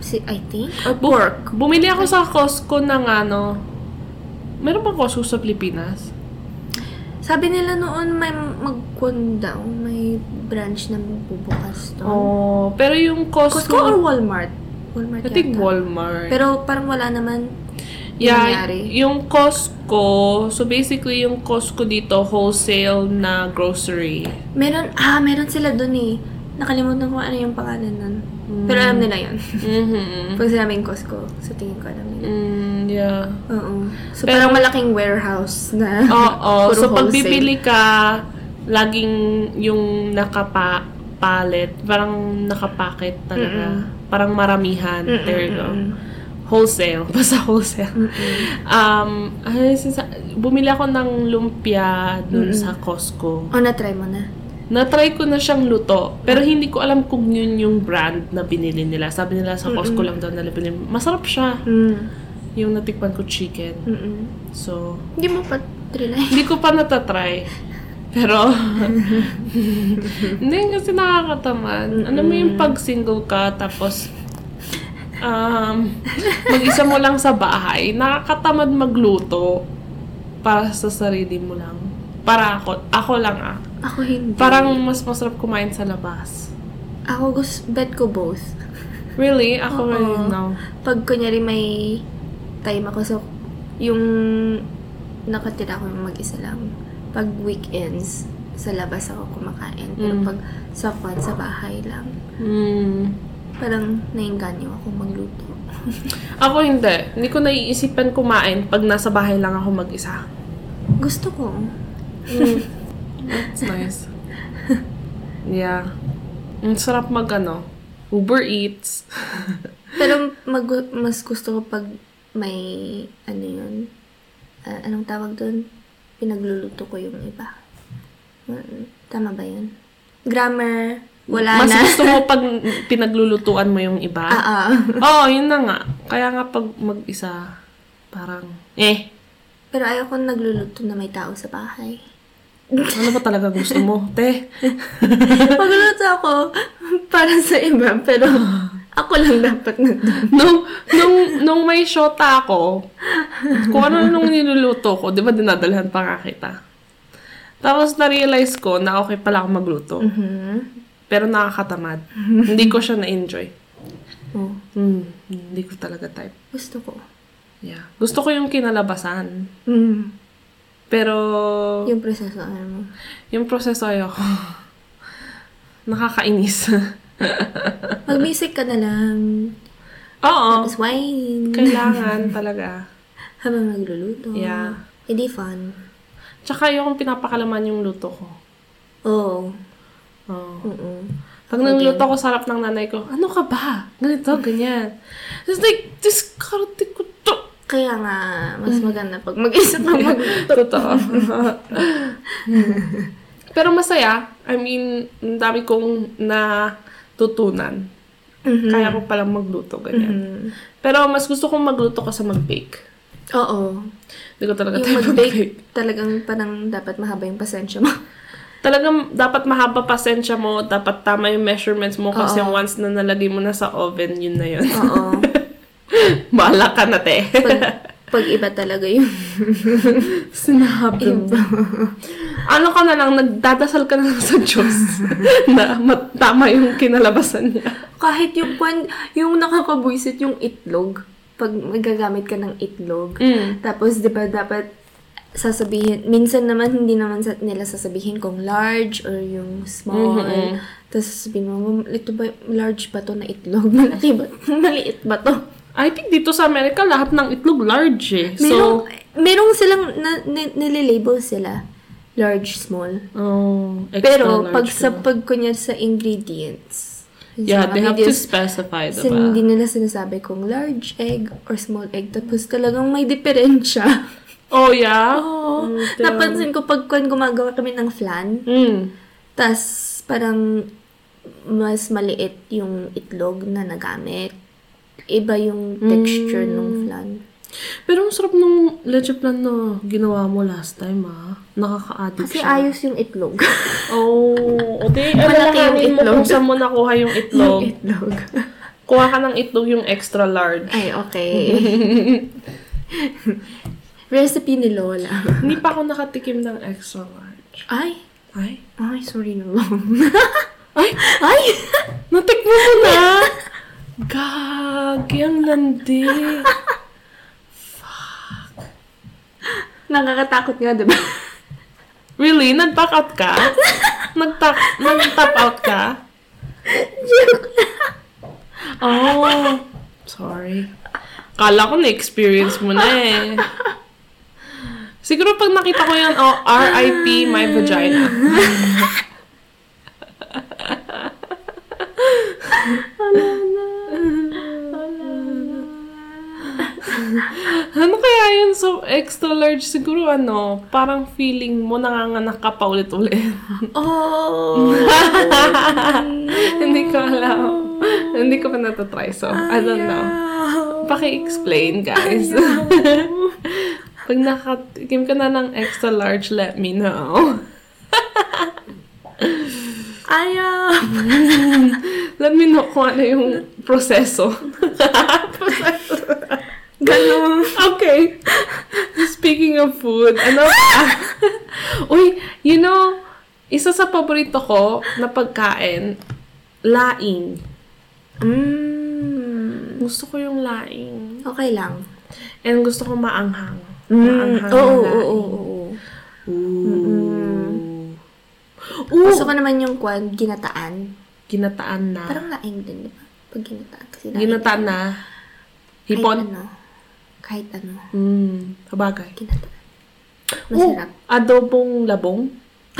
Speaker 3: Si- I think?
Speaker 2: Or pork. Bumili ako sa Costco ng ano. Meron bang Costco sa Pilipinas?
Speaker 3: Sabi nila noon may magkon daw, may branch na bubukas doon.
Speaker 2: Oh, pero yung Costco,
Speaker 3: Costco or Walmart? Walmart
Speaker 2: I think
Speaker 3: yata.
Speaker 2: Walmart.
Speaker 3: Pero parang wala naman
Speaker 2: yeah,
Speaker 3: nangyari.
Speaker 2: yung Costco, so basically yung Costco dito, wholesale na
Speaker 3: (laughs)
Speaker 2: grocery.
Speaker 3: Meron, ah, meron sila doon eh. Nakalimutan ko ano yung
Speaker 2: Hmm.
Speaker 3: pangalan nun. Pero alam nila yun. (laughs)
Speaker 2: Mhm.
Speaker 3: Pag sinabing Costco, sa tingin ko alam nila.
Speaker 2: Mm, Yeah.
Speaker 3: Oo. So,
Speaker 2: Pero-
Speaker 3: parang malaking warehouse na
Speaker 2: Oo.
Speaker 3: (laughs) puro
Speaker 2: so,
Speaker 3: wholesale.
Speaker 2: pag bibili ka, laging yung nakapa pallet, parang nakapacket talaga. Parang maramihan. There you go. Wholesale. (laughs) Basta wholesale. Um, ay, sisa- bumili ako ng lumpia dun sa Costco.
Speaker 3: O, na-try mo na.
Speaker 2: Natry ko na siyang luto, pero hindi ko alam kung yun yung brand na binili nila. Sabi nila sa Costco lang daw nila binili. Masarap siya.
Speaker 3: Mm.
Speaker 2: Yung natikpan ko chicken.
Speaker 3: Mm-mm.
Speaker 2: So,
Speaker 3: Hindi mo pa trinay.
Speaker 2: hindi ko pa natatry. Pero, hindi kasi nakakatamad. Ano mo yung pag single ka, tapos um, mag-isa mo lang sa bahay, nakakatamad magluto para sa sarili mo lang. Para ako, ako lang ah.
Speaker 3: (laughs) Ako hindi.
Speaker 2: Parang mas masarap kumain sa labas.
Speaker 3: Ako gusto, bet ko both.
Speaker 2: Really? Ako
Speaker 3: Oo.
Speaker 2: rin, no.
Speaker 3: Pag kunyari may time ako, so yung nakatira ko yung mag-isa lang. Pag weekends, sa labas ako kumakain. Pero
Speaker 2: Mm.
Speaker 3: pag sa kwan, sa bahay lang.
Speaker 2: Mm.
Speaker 3: Parang nainganyo ako magluto.
Speaker 2: Ako hindi. Hindi ko naiisipan kumain pag nasa bahay lang ako mag-isa.
Speaker 3: Gusto ko.
Speaker 2: That's nice. (laughs) yeah. Ang sarap mag ano, Uber Eats.
Speaker 3: Pero mag- mas gusto ko pag may, ano yun, ah, anong tawag doon? Pinagluluto ko yung iba. Mm, Tama ba yun? Grammar, wala
Speaker 2: Mas
Speaker 3: na. (laughs)
Speaker 2: gusto mo pag pinaglulutuan mo yung
Speaker 3: Ah,
Speaker 2: iba.
Speaker 3: ah.
Speaker 2: Oo, yun na nga. Kaya nga pag mag-isa, parang, eh,
Speaker 3: Pero ayoko nagluluto na may tao sa
Speaker 2: (laughs)
Speaker 3: bahay.
Speaker 2: ano ba talaga gusto
Speaker 3: (laughs)
Speaker 2: mo, te?
Speaker 3: Magluluto ako (laughs) para sa iba,
Speaker 2: (laughs)
Speaker 3: pero ako lang dapat nandun.
Speaker 2: nung, nung, nung may shota ako, kung ano nung niluluto ko, di ba dinadalhan pa nga kita. Tapos na-realize ko na okay pala ako magluto.
Speaker 3: Mm.
Speaker 2: Pero
Speaker 3: (laughs)
Speaker 2: nakakatamad. hindi ko siya na-enjoy.
Speaker 3: Oh,
Speaker 2: Hmm, hindi ko talaga type.
Speaker 3: gusto ko.
Speaker 2: Yeah. Gusto ko yung kinalabasan.
Speaker 3: Mm.
Speaker 2: Pero, yung,
Speaker 3: Yung proseso, ano mo.
Speaker 2: proseso ayoko. (laughs) Nakakainis. (laughs)
Speaker 3: Mag-music ka na lang.
Speaker 2: Oo.
Speaker 3: Tapos wine.
Speaker 2: Kailangan talaga.
Speaker 3: Habang nagluluto.
Speaker 2: Yeah.
Speaker 3: Hindi fun.
Speaker 2: Tsaka yung pinapakalaman yung luto ko.
Speaker 3: Oo.
Speaker 2: Oo.
Speaker 3: Oo.
Speaker 2: Pag nangluto ko sarap ng nanay ko, ano ka ba? Ganito, ganyan. It's like, discarte ko to. (laughs)
Speaker 3: Kaya nga, mas
Speaker 2: Mm-hmm.
Speaker 3: maganda pag mag-isa ka mag...
Speaker 2: (laughs) Totoo. Pero masaya. I mean, ang dami kong natutunan.
Speaker 3: Mhm.
Speaker 2: Mm-hmm. Kaya ko palang magluto, ganyan.
Speaker 3: Mm.
Speaker 2: Pero mas gusto kong magluto kasi mag-bake.
Speaker 3: Oo.
Speaker 2: Hindi ko talaga
Speaker 3: Yung
Speaker 2: tayo mag-bake.
Speaker 3: mag-bake, talagang parang dapat mahaba yung pasensya mo. (laughs)
Speaker 2: Talagang dapat mahaba pasensya mo, dapat tama yung measurements mo kasi
Speaker 3: Oo.
Speaker 2: once na nalagay mo na sa oven, yun na yun.
Speaker 3: Oo.
Speaker 2: (laughs) Bahala ka na, te.
Speaker 3: Pag, pag iba talaga yung...
Speaker 2: (laughs) Sinabi mo. ano ka na lang, nagdadasal ka na lang sa Diyos
Speaker 3: (laughs)
Speaker 2: na mat- tama yung kinalabasan niya.
Speaker 3: Kahit yung kwan, yung nakakabuisit yung itlog. Pag magagamit ka ng itlog.
Speaker 2: Mm.
Speaker 3: Tapos, di ba, dapat sasabihin, minsan naman, hindi naman sa, nila sasabihin kung large or yung small.
Speaker 2: Mhm.
Speaker 3: Tapos sabihin mo, "Ma'am, ito ba, large ba to na itlog? (laughs) Malaki ba? Maliit ba to?
Speaker 2: I think dito sa Amerika, lahat ng itlog large eh. So,
Speaker 3: Merong, merong silang, na, ni- nililabel sila, large, small.
Speaker 2: oh, extra
Speaker 3: Pero,
Speaker 2: large
Speaker 3: pag sa,
Speaker 2: pala.
Speaker 3: pag kunya sa ingredients,
Speaker 2: Yeah,
Speaker 3: sa
Speaker 2: they
Speaker 3: mga
Speaker 2: have to
Speaker 3: videos,
Speaker 2: specify,
Speaker 3: sin-
Speaker 2: diba?
Speaker 3: hindi nila sinasabi kung large egg or small egg. Tapos talagang may
Speaker 2: (laughs)
Speaker 3: diferensya.
Speaker 2: Oh, yeah?
Speaker 3: Oo.
Speaker 2: Mm, damn.
Speaker 3: Napansin ko pag kung gumagawa kami ng flan,
Speaker 2: Mm.
Speaker 3: tas parang mas maliit yung itlog na nagamit. Iba yung texture
Speaker 2: Hmm.
Speaker 3: ng flan.
Speaker 2: Pero ang sarap nung leche plan na ginawa mo last time, ah. Nakaka-addict
Speaker 3: Kasi
Speaker 2: siya.
Speaker 3: ayos yung itlog.
Speaker 2: Oh, okay.
Speaker 3: Malaki yung
Speaker 2: Alalahanin mo
Speaker 3: itlog.
Speaker 2: kung saan mo nakuha yung
Speaker 3: (laughs)
Speaker 2: itlog. (laughs)
Speaker 3: itlog.
Speaker 2: Kuha ka ng itlog yung extra large.
Speaker 3: Ay, okay.
Speaker 2: (laughs)
Speaker 3: Recipe ni
Speaker 2: (laughs)
Speaker 3: Lola.
Speaker 2: Hindi pa ako nakatikim ng extra large.
Speaker 3: Ay,
Speaker 2: Ay?
Speaker 3: ay, sorry na lang.
Speaker 2: Ay!
Speaker 3: (laughs) Ay!
Speaker 2: Natikmo mo na! (laughs) Gagi, ang landi.
Speaker 3: Nakakatakot nga, diba?
Speaker 2: Really? Nag-back out ka? Nag-tap, nag-tap out ka? Oh, sorry. Kala ko na-experience mo na eh. Siguro pag nakita ko yan, oh, R.I.P. my vagina. ano kaya yun so extra large? Siguro ano, parang feeling mo nanganganak ka pa ulit-ulit.
Speaker 3: (laughs) Oh!
Speaker 2: (laughs) Hindi ko alam. Hindi ko pa natatry. So, I
Speaker 3: Ano
Speaker 2: don't know. Paki-explain, guys. (laughs) Pag nakatikim ka na ng extra large, let me know.
Speaker 3: Ayaw!
Speaker 2: Let me know kung ano yung
Speaker 3: (laughs)
Speaker 2: proseso.
Speaker 3: Ganun.
Speaker 2: okay. Speaking of food,
Speaker 3: (laughs)
Speaker 2: ano? Uy, you know, isa sa paborito ko na pagkain, laing.
Speaker 3: Mm.
Speaker 2: Gusto ko yung laing.
Speaker 3: Okay lang.
Speaker 2: And gusto ko maanghang.
Speaker 3: Mm.
Speaker 2: Maanghang na
Speaker 3: Oo, oo,
Speaker 2: laing.
Speaker 3: oo, oo.
Speaker 2: Ooh.
Speaker 3: Gusto ko naman yung kwan, ginataan.
Speaker 2: Ginataan na.
Speaker 3: Parang laing din, di ba? Pag Ah. ginataan. Kasi laing.
Speaker 2: Ginataan na.
Speaker 3: Kahit
Speaker 2: Hipon.
Speaker 3: ano. Kahit ano.
Speaker 2: Mm, kabagay.
Speaker 3: Ginataan. Masarap.
Speaker 2: Oh, adobong labong.
Speaker 3: (laughs)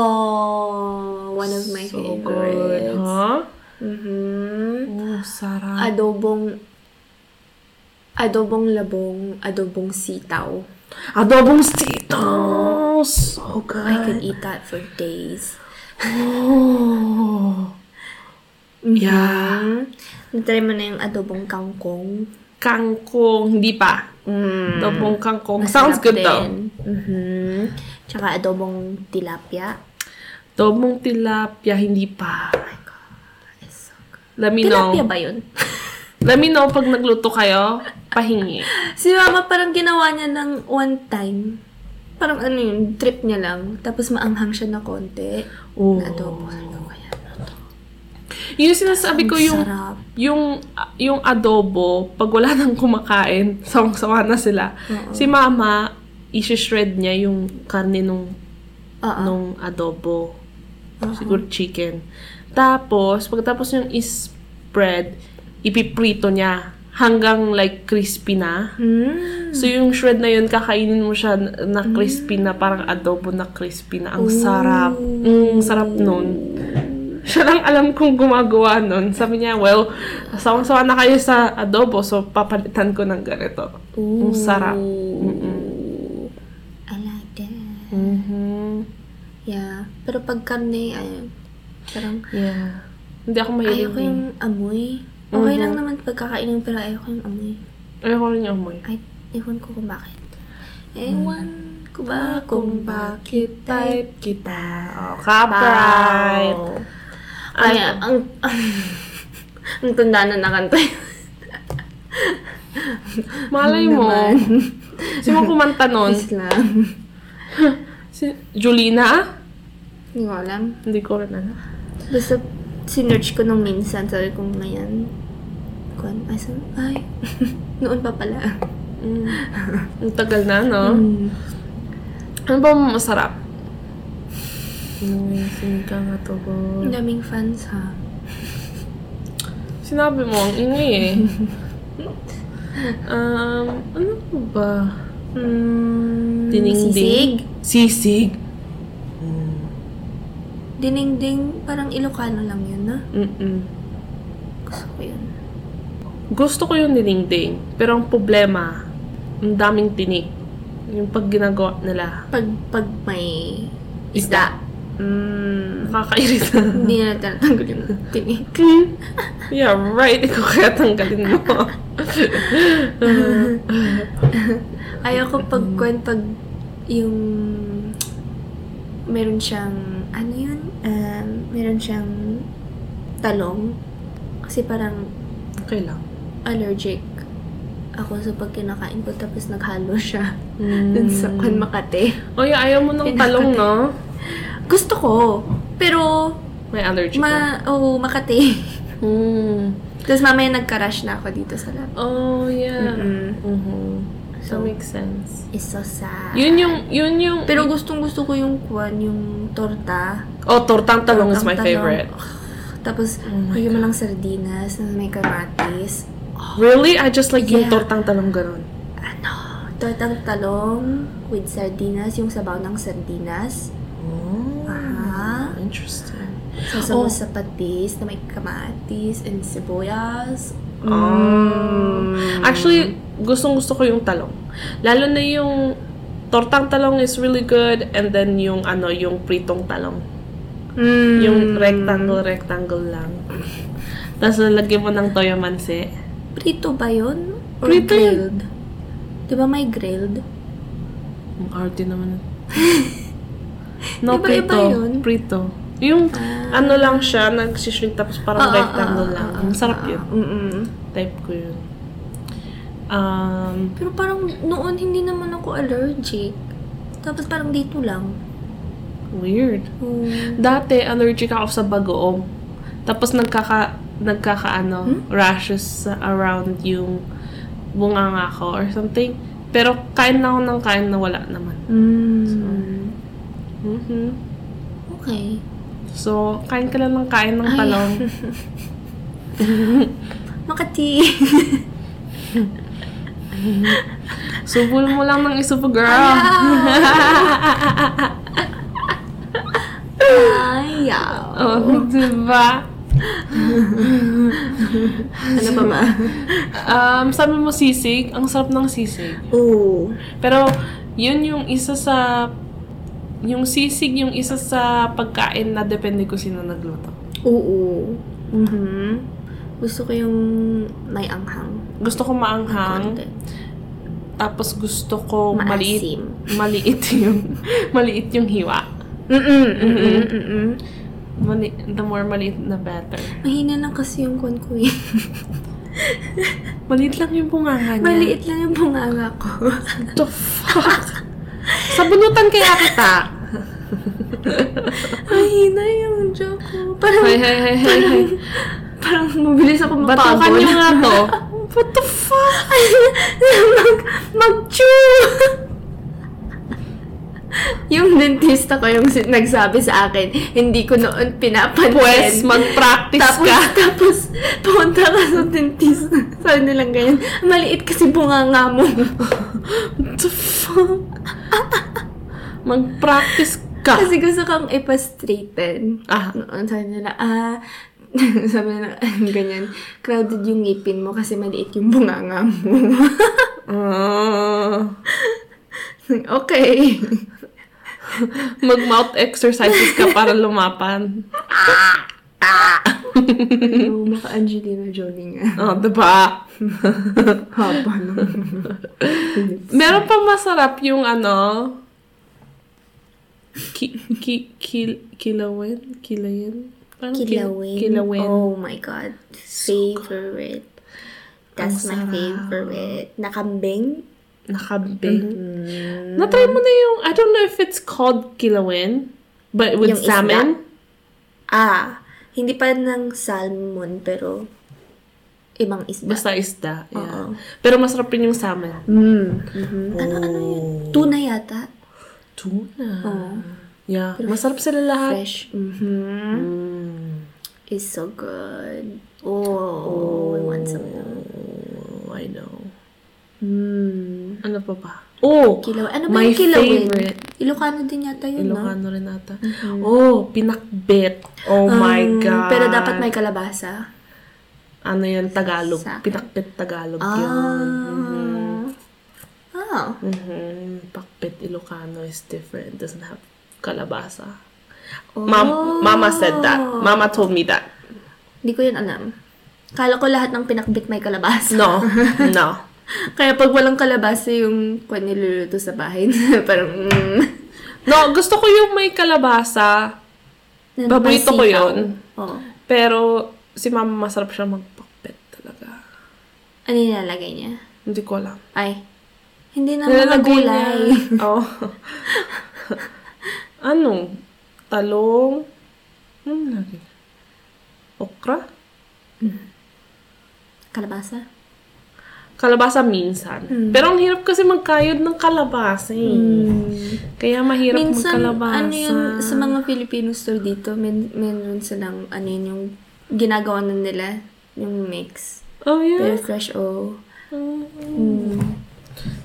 Speaker 3: Oh, one of my
Speaker 2: so good.
Speaker 3: favorites.
Speaker 2: Huh?
Speaker 3: Mhm.
Speaker 2: Oh, sarap.
Speaker 3: Adobong adobong labong, adobong sitaw.
Speaker 2: adobong sitaw. So
Speaker 3: I could
Speaker 2: good.
Speaker 3: eat that for days.
Speaker 2: Oh. Yeah.
Speaker 3: Mm. Natry mo na yung adobong kangkong.
Speaker 2: Kangkong. Hindi pa.
Speaker 3: Mm.
Speaker 2: Adobong kangkong. Sounds
Speaker 3: Masarap
Speaker 2: good
Speaker 3: din.
Speaker 2: though.
Speaker 3: Mhm. Tsaka adobong tilapia.
Speaker 2: Adobong tilapia. Hindi pa.
Speaker 3: Oh It's so good.
Speaker 2: Let me
Speaker 3: Tilapia
Speaker 2: know.
Speaker 3: ba yun? (laughs)
Speaker 2: Let me know pag nagluto kayo. Pahingi.
Speaker 3: Si mama parang ginawa niya ng one time. Parang ano yun, trip niya lang. Tapos maanghang siya na konti.
Speaker 2: Oh.
Speaker 3: Na adobo. Sabi ko, "Kaya ano to?"
Speaker 2: Yun yung sinasabi ko yung
Speaker 3: Sarap.
Speaker 2: yung yung adobo pag wala nang kumakain, sawang-sawa na sila. Si mama isi-shred niya yung karne nung
Speaker 3: Oo.
Speaker 2: nung adobo. Siguro chicken. Tapos pagkatapos yung is-spread, ipiprito niya hanggang like crispy na.
Speaker 3: Mm.
Speaker 2: So yung shred na yun kakainin mo siya na na crispy na parang adobo na crispy na. Ang sarap. Mm, sarap nun. Siya lang alam kung gumagawa nun. Sabi niya, well, sawang-sawa na kayo sa adobo, so papalitan ko ng ganito. Ang sarap. Mm-mm.
Speaker 3: I like that. Mm-hmm.
Speaker 2: Mhm.
Speaker 3: Yeah. Pero pag karne, ayun. Parang
Speaker 2: Yeah. Hindi ako mahilig.
Speaker 3: ayoko
Speaker 2: eh.
Speaker 3: yung amoy. Okay lang naman pagkakainin pero ayoko yung amoy.
Speaker 2: Ayoko rin yung amoy.
Speaker 3: Ay, ewan ko kung bakit. Ewan ko ba kung bakit type
Speaker 2: kita. Oh,
Speaker 3: Right.
Speaker 2: copyright.
Speaker 3: Ay, ang... (laughs) ang tanda na nakanta yun.
Speaker 2: Malay mo.
Speaker 3: Naman.
Speaker 2: Sino kumanta
Speaker 3: (laughs)
Speaker 2: nun?
Speaker 3: Please lang.
Speaker 2: Si Julina?
Speaker 3: Hindi ko alam.
Speaker 2: Hindi ko rin alam.
Speaker 3: Basta sinerch ko nung minsan. Sabi ko ngayon. Kung ano, ay, saan? Ay. (laughs) Noon pa pala.
Speaker 2: Mm. Ang tagal na, no?
Speaker 3: Mm. Hmm.
Speaker 2: Ano ba ang masarap? Uy, sinika nga to ko.
Speaker 3: Ang daming fans ha.
Speaker 2: Sinabi mo, ang ingay eh. (laughs) um, ano pa ba?
Speaker 3: Mm,
Speaker 2: Diningding.
Speaker 3: Sisig.
Speaker 2: Sisig.
Speaker 3: Diningding. Parang Ilocano lang yun, na?
Speaker 2: Mm-mm.
Speaker 3: Gusto ko yun.
Speaker 2: Gusto ko yung diningding. Pero ang problema, ang daming tinik. Yung pag ginagawa nila.
Speaker 3: Pag, pag may isda. Mm.
Speaker 2: (laughs) Nakakairita.
Speaker 3: Hindi na tinatanggal yung tinik.
Speaker 2: yeah, right. Ikaw kaya tanggalin (laughs) mo. Uh,
Speaker 3: Ayoko pag kwan pag yung meron siyang ano yun? Um, meron siyang talong. Kasi parang
Speaker 2: okay lang.
Speaker 3: allergic ako sa pag kinakain ko tapos naghalo siya (laughs)
Speaker 2: Mm.
Speaker 3: dun sa kwan Makati.
Speaker 2: Oy, Oh, ayaw mo ng talong, no?
Speaker 3: Gusto ko, pero
Speaker 2: May allergy ka.
Speaker 3: ma oh, Makati. Hmm.
Speaker 2: Mm.
Speaker 3: (laughs) tapos mamaya nagka-rush na ako dito sa lab.
Speaker 2: Oh, yeah.
Speaker 3: Mm-mm.
Speaker 2: Mhm. So,
Speaker 3: So,
Speaker 2: makes sense.
Speaker 3: It's so sad.
Speaker 2: Yun yung, yun yung...
Speaker 3: pero gustong gusto ko yung kwan, yung torta.
Speaker 2: oh, tortang talong is
Speaker 3: Ang
Speaker 2: my
Speaker 3: talong.
Speaker 2: favorite.
Speaker 3: Tapos,
Speaker 2: my
Speaker 3: lagyan mo ng sardinas na may kamatis.
Speaker 2: Really? I just like yung
Speaker 3: Yeah.
Speaker 2: tortang talong ganun.
Speaker 3: Ano? Tortang talong with sardinas, yung sabaw ng sardinas. Ah.
Speaker 2: Interesting.
Speaker 3: Sasabaw
Speaker 2: Oh.
Speaker 3: sa patis na may kamatis and sibuyas.
Speaker 2: Mm. Actually, gustong gusto ko yung talong. Lalo na yung tortang talong is really good and then yung ano, yung pritong talong. Yung
Speaker 3: Mm.
Speaker 2: rectangle, rectangle lang. Tapos lalagyan mo ng toyo manse.
Speaker 3: Prito ba yun? Or
Speaker 2: Prito yun.
Speaker 3: grilled? Di ba may grilled?
Speaker 2: Ang arte
Speaker 3: (laughs)
Speaker 2: naman. No,
Speaker 3: Iba-iba
Speaker 2: prito.
Speaker 3: yun. Ah.
Speaker 2: Prito. Yung ano lang siya, nagsishrink tapos parang
Speaker 3: Oo,
Speaker 2: rectangle
Speaker 3: oo,
Speaker 2: lang.
Speaker 3: oo,
Speaker 2: Ang sarap
Speaker 3: oo.
Speaker 2: yun.
Speaker 3: Mm-mm.
Speaker 2: Type ko yun. Um,
Speaker 3: Pero parang noon hindi naman ako allergic. Tapos parang dito lang.
Speaker 2: weird.
Speaker 3: Mm.
Speaker 2: Dati, allergic ako sa bagoong. Tapos nagkaka, nagkakaano,
Speaker 3: Hmm?
Speaker 2: rashes sa- around yung bunganga ko or something. Pero kain na ako ng kain na wala naman. Mhm.
Speaker 3: Mm-hmm. Okay.
Speaker 2: So, kain ka lang ng kain ng talong.
Speaker 3: (laughs) Makati. (laughs)
Speaker 2: Subol mo lang ng isubo, girl.
Speaker 3: Ayaw.
Speaker 2: (laughs) Oh, diba?
Speaker 3: Ano ba ba?
Speaker 2: Um, sabi mo sisig, ang sarap ng sisig.
Speaker 3: Oo.
Speaker 2: Pero, yun yung isa sa... Yung sisig, yung isa sa pagkain na depende ko sino nagluto.
Speaker 3: Oo. Mhm. Gusto ko yung may anghang.
Speaker 2: Gusto ko maanghang,
Speaker 3: Konti.
Speaker 2: tapos gusto ko Oh, maliit,
Speaker 3: Maasim.
Speaker 2: maliit yung, (laughs) maliit yung hiwa.
Speaker 3: Mm-mm, mm-mm, mm-mm.
Speaker 2: Mali, the more maliit, the better.
Speaker 3: Mahina lang kasi yung kon ko eh.
Speaker 2: Maliit lang yung bunganga niya.
Speaker 3: (laughs) Maliit lang yung bunganga ko.
Speaker 2: The fuck? Sabunutan kaya kita.
Speaker 3: Mahina yung joke
Speaker 2: Hey,
Speaker 3: ko. Parang,
Speaker 2: hey, hey, hey, hey.
Speaker 3: (laughs) parang mabilis ako mapagod.
Speaker 2: Batukan niyo nga
Speaker 3: (laughs)
Speaker 2: to. What the fuck?
Speaker 3: mag, mag-chew! (laughs) yung dentista ko yung sin- nagsabi sa akin, hindi ko noon pinapansin.
Speaker 2: Pwes, mag-practice
Speaker 3: tapos,
Speaker 2: ka.
Speaker 3: tapos, pumunta ka sa dentista. Sabi nilang ganyan, maliit kasi bunganga mo. (laughs)
Speaker 2: What the fuck? Mag-practice ka.
Speaker 3: kasi gusto kang ipa-straighten.
Speaker 2: Ah.
Speaker 3: Noon sabi nila, ah, (laughs) sabi nila, (laughs) ganyan, crowded yung ngipin mo kasi maliit yung bunganga mo. (laughs)
Speaker 2: Ah.
Speaker 3: okay.
Speaker 2: mag-mouth exercises ka para lumapan.
Speaker 3: Ano, maka-Angelina Jolie nga.
Speaker 2: Oh, diba?
Speaker 3: Haba (laughs) nung
Speaker 2: Meron pa masarap yung ano, ki, ki, kil, kilawin? Kilayin? Parang kil-
Speaker 3: Kilawin.
Speaker 2: Kilawin.
Speaker 3: Oh my God. Favorite. That's my favorite. Nakambing?
Speaker 2: Nakabing.
Speaker 3: Mm-hmm.
Speaker 2: Natry mo na yung, I don't know if it's called kilawin, but with
Speaker 3: Yung isda?
Speaker 2: salmon.
Speaker 3: Ah, hindi pa ng salmon, pero ibang isda.
Speaker 2: Basta isda. Yeah.
Speaker 3: Oo.
Speaker 2: Pero masarap rin yung salmon.
Speaker 3: Ano, ano yun? Tuna yata.
Speaker 2: Tuna.
Speaker 3: Oh,
Speaker 2: Yeah. Masarap sila lahat.
Speaker 3: fresh. Mm-hmm.
Speaker 2: Mm.
Speaker 3: It's so good. Oh, I want some. of that.
Speaker 2: Oh, I know.
Speaker 3: Mm.
Speaker 2: Ano pa ba? Oh!
Speaker 3: Kilaw. Ano ba
Speaker 2: My
Speaker 3: yung kilawin?
Speaker 2: favorite.
Speaker 3: Ilocano din yata yun, no?
Speaker 2: Ilocano rin ata. Oh, pinakbet. Oh my
Speaker 3: Um,
Speaker 2: God.
Speaker 3: Pero dapat may kalabasa.
Speaker 2: Ano yun, Tagalog.
Speaker 3: Sa akin.
Speaker 2: Pinakbet Tagalog
Speaker 3: Ah.
Speaker 2: yun.
Speaker 3: Oh.
Speaker 2: Mhm. Pakbet Ilocano is different. It doesn't have kalabasa.
Speaker 3: Oh.
Speaker 2: Mom, Mama said that. Mama told me that.
Speaker 3: Hindi ko yun alam. Kala ko lahat ng pinakbit may kalabasa. (laughs)
Speaker 2: No, no.
Speaker 3: Kaya pag walang kalabasa yung kwan niluluto sa bahay, (laughs) parang... Mm,
Speaker 2: No, gusto ko yung may kalabasa.
Speaker 3: Nandun
Speaker 2: Paborito
Speaker 3: pa yung
Speaker 2: ko
Speaker 3: sitaw.
Speaker 2: yun.
Speaker 3: Oo.
Speaker 2: Pero si Mama masarap siya magpakbet talaga.
Speaker 3: Ano yung nilalagay niya?
Speaker 2: Hindi ko alam.
Speaker 3: Ay, hindi na mga
Speaker 2: Nilalagay niya-
Speaker 3: gulay. (laughs)
Speaker 2: (laughs) Oo. ano? Talong? Ano lagi? Okra?
Speaker 3: Kalabasa?
Speaker 2: Kalabasa minsan.
Speaker 3: Hmm.
Speaker 2: Pero ang hirap kasi magkayod ng kalabasa eh. Kaya mahirap
Speaker 3: Minsan,
Speaker 2: magkalabasa.
Speaker 3: ano yun, sa mga Filipino store dito, men meron silang, ano yun, yung ginagawa na nila, yung mix.
Speaker 2: Oh, yeah.
Speaker 3: Pero fresh o. Hmm.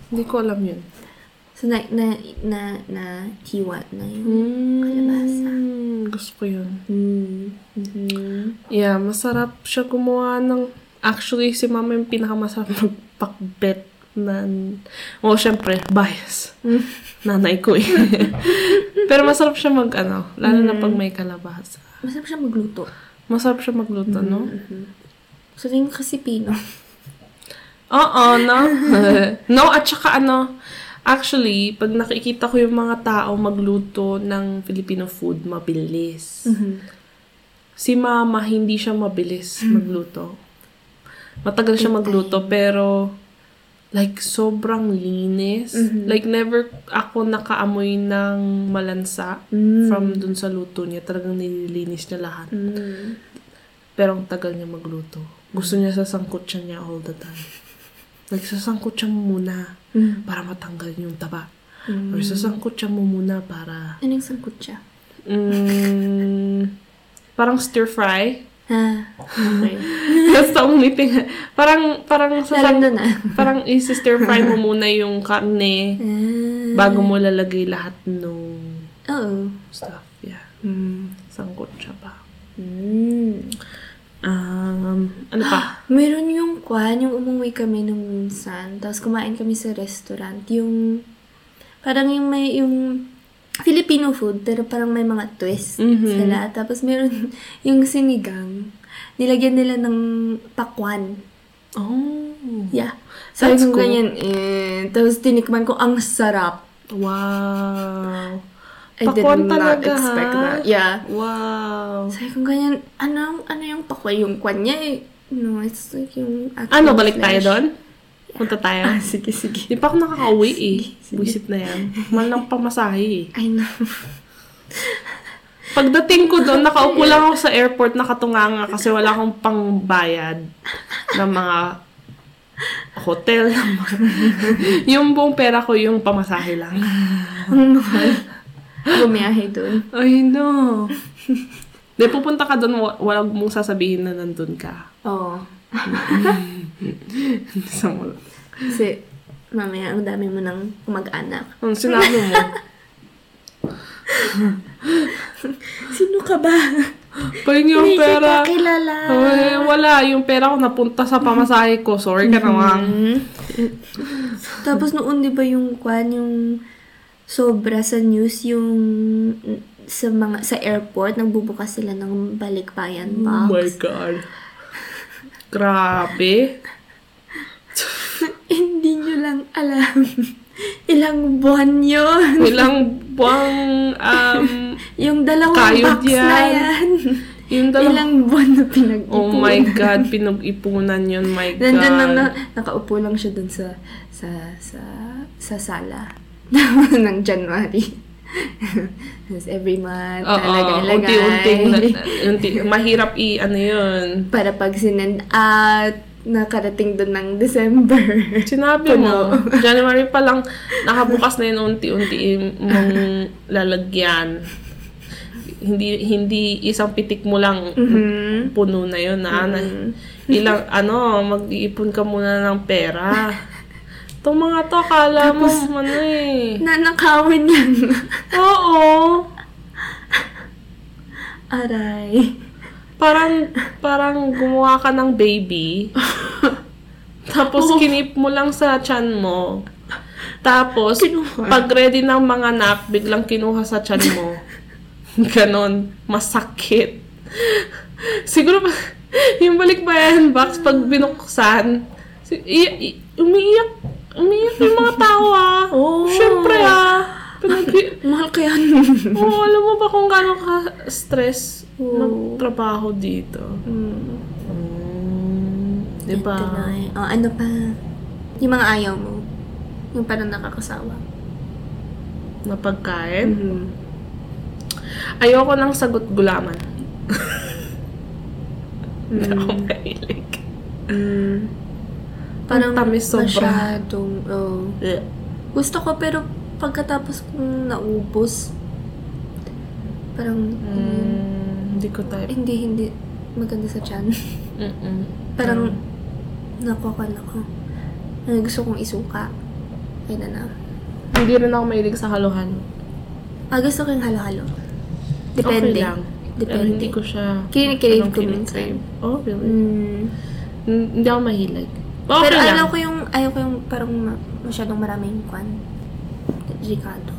Speaker 2: Hindi ko alam yun.
Speaker 3: So, na, na, na, na, hiwa na yun.
Speaker 2: Mm,
Speaker 3: Hmm. Kalabasa.
Speaker 2: Hmm, Gusto ko yun.
Speaker 3: Mm. Mhm.
Speaker 2: Yeah, masarap siya gumawa ng... Actually, si mama yung pinakamasarap magpakbet na... O, syempre, bias. Nanay ko eh. Pero masarap siya mag, ano, lalo na pag may kalabasa.
Speaker 3: Masarap siya magluto.
Speaker 2: Masarap siya magluto, no?
Speaker 3: Mm. So, tingin ko kasi Pino.
Speaker 2: Oo, no? no, at saka ano, actually, pag nakikita ko yung mga tao magluto ng Filipino food, mabilis.
Speaker 3: Mm-hmm. (laughs)
Speaker 2: Si mama, hindi siya mabilis magluto. Matagal siya magluto, pero like, sobrang linis. Like, never ako nakaamoy ng malansa
Speaker 3: Mm.
Speaker 2: from dun sa luto niya. Talagang nililinis niya lahat.
Speaker 3: Hmm.
Speaker 2: Pero ang tagal niya magluto. Gusto niya sasangkutsan niya all the time. Nagsasangkutsan mo muna para matanggal yung taba. Or
Speaker 3: Mm.
Speaker 2: sasangkutsan mo muna para...
Speaker 3: Mm-hmm. Ano yung sangkot siya?
Speaker 2: Mm, parang stir-fry.
Speaker 3: Ha? Okay.
Speaker 2: (laughs) That's the only thing. Parang, parang,
Speaker 3: Sarap na
Speaker 2: sasang,
Speaker 3: na.
Speaker 2: parang isi-stir-fry
Speaker 3: (laughs)
Speaker 2: mo muna yung karne
Speaker 3: Ah.
Speaker 2: bago mo lalagay lahat ng
Speaker 3: Oo.
Speaker 2: stuff. Yeah.
Speaker 3: Mm.
Speaker 2: Sangkutsa pa.
Speaker 3: Mm.
Speaker 2: Um, ano pa?
Speaker 3: Meron yung kwan, yung umuwi kami nung minsan, tapos kumain kami sa restaurant, yung parang yung may yung Filipino food, pero parang may mga twist
Speaker 2: Mhm.
Speaker 3: sila. Tapos meron (laughs) yung sinigang, nilagyan nila ng pakwan.
Speaker 2: Oh.
Speaker 3: Yeah. Sabi
Speaker 2: That's
Speaker 3: ko
Speaker 2: cool.
Speaker 3: ganyan, eh. Tapos tinikman ko, ang sarap.
Speaker 2: Wow.
Speaker 3: I did
Speaker 2: Pakwan
Speaker 3: not
Speaker 2: talaga,
Speaker 3: expect
Speaker 2: ha?
Speaker 3: that. Yeah.
Speaker 2: Wow.
Speaker 3: Sabi ko ganyan, ano, ano yung pakwan? Yung kwan niya eh. No, it's like yung actual
Speaker 2: Ano, balik tayo
Speaker 3: flesh.
Speaker 2: doon? Punta tayo.
Speaker 3: Ah, sige, sige.
Speaker 2: Di pa ako nakaka-uwi eh. Buisit na yan. Mahal ng pamasahe eh.
Speaker 3: I know. (laughs)
Speaker 2: Pagdating ko doon, nakaupo lang ako sa airport, nakatunganga kasi wala akong pangbayad ng mga hotel. (laughs) ng mga- yung buong pera ko, yung pamasahe lang.
Speaker 3: Ang mahal. Bumiyahe doon.
Speaker 2: Ay, no. Di, pupunta ka doon, wa- wala mong sasabihin na nandun ka. (laughs)
Speaker 3: Oo.
Speaker 2: Isang wala.
Speaker 3: Kasi mamaya ang dami mo nang mag-anak.
Speaker 2: Ang sinabi mo.
Speaker 3: Sino ka ba?
Speaker 2: Pahingi yung pera.
Speaker 3: kilala.
Speaker 2: Ay, wala. Yung pera ko napunta sa pamasahe ko. Sorry ka naman.
Speaker 3: Mm. Tapos noon, di ba yung kwan, yung sobra sa news, yung sa mga sa airport, nagbubukas sila ng balikbayan
Speaker 2: Mm-hmm.
Speaker 3: box.
Speaker 2: Oh God. Grabe.
Speaker 3: Hindi nyo lang alam. (laughs) Ilang buwan yun.
Speaker 2: Ilang buwang, um,
Speaker 3: Yung dalawang
Speaker 2: Kayo
Speaker 3: box na
Speaker 2: dyan.
Speaker 3: yan.
Speaker 2: yung dalawa.
Speaker 3: Ilang buwan na pinag-ipunan.
Speaker 2: Oh my God, pinag-ipunan yun, my God.
Speaker 3: Nandun lang na, nakaupo lang siya dun sa, sa, sa, sa sala. (laughs) ng January. (laughs) Tapos every month,
Speaker 2: Oo,
Speaker 3: talaga ilagay.
Speaker 2: unti-unting, na- unti, mahirap i, ano yun.
Speaker 3: (laughs) Para pag sinend out, nakarating dun ng December. (laughs)
Speaker 2: Sinabi mo, January pa lang, nakabukas na yun unti-unti yung mong lalagyan. Hindi, hindi isang pitik mo lang
Speaker 3: Mm-hmm.
Speaker 2: puno na yun. Na, na- ilang, ano, mag-iipon ka muna ng
Speaker 3: (laughs)
Speaker 2: pera. Itong mga to, akala mo, ano eh.
Speaker 3: Nanakawin lang. (laughs)
Speaker 2: Oo.
Speaker 3: Aray.
Speaker 2: Parang, parang gumawa ka ng baby. tapos kinip mo lang sa chan mo. Tapos, pag ready ng mga nap, biglang kinuha sa chan mo. Ganon. Masakit. Siguro, pa- yung balikbayan box, pag binuksan, si- i- i- umiiyak, umiiyak yung mga tao ah.
Speaker 3: Oo.
Speaker 2: Siyempre ah. Pinag-
Speaker 3: Mahal ko yan.
Speaker 2: Oo, alam mo ba kung gaano ka-stress
Speaker 3: Oo.
Speaker 2: magtrabaho dito?
Speaker 3: (laughs) mm, Hmm.
Speaker 2: Mm, di ba?
Speaker 3: Tuloy. O, ano pa? Yung mga ayaw mo. Yung parang nakakasawa.
Speaker 2: Na pagkain?
Speaker 3: mm Hmm.
Speaker 2: Ayoko ng sagot gulaman. Hindi (laughs) ako mahilig.
Speaker 3: Mm. Parang
Speaker 2: Ang tamis sobra.
Speaker 3: masyadong, oh. Gusto ko pero pagkatapos kong naubos, parang mm,
Speaker 2: Mm, hindi ko type.
Speaker 3: hindi, hindi maganda sa chan.
Speaker 2: Mm-mm.
Speaker 3: (laughs) Parang
Speaker 2: Mm.
Speaker 3: Nako ko, nako. Ay, gusto kong isuka. Ay na na.
Speaker 2: Hindi rin ako mahilig sa halo-halo.
Speaker 3: Ah, gusto ko yung halo-halo.
Speaker 2: Okay
Speaker 3: Depende.
Speaker 2: lang. Pero
Speaker 3: Depende.
Speaker 2: hindi ko siya...
Speaker 3: Kinikrave
Speaker 2: Anong
Speaker 3: ko minsan.
Speaker 2: kinikrave? Oh, really?
Speaker 3: Mm.
Speaker 2: N- Hindi ako mahilig. Okay
Speaker 3: Pero
Speaker 2: lang.
Speaker 3: ayaw ko yung, ayaw ko yung parang ma- masyadong maraming kwan. Ricardo.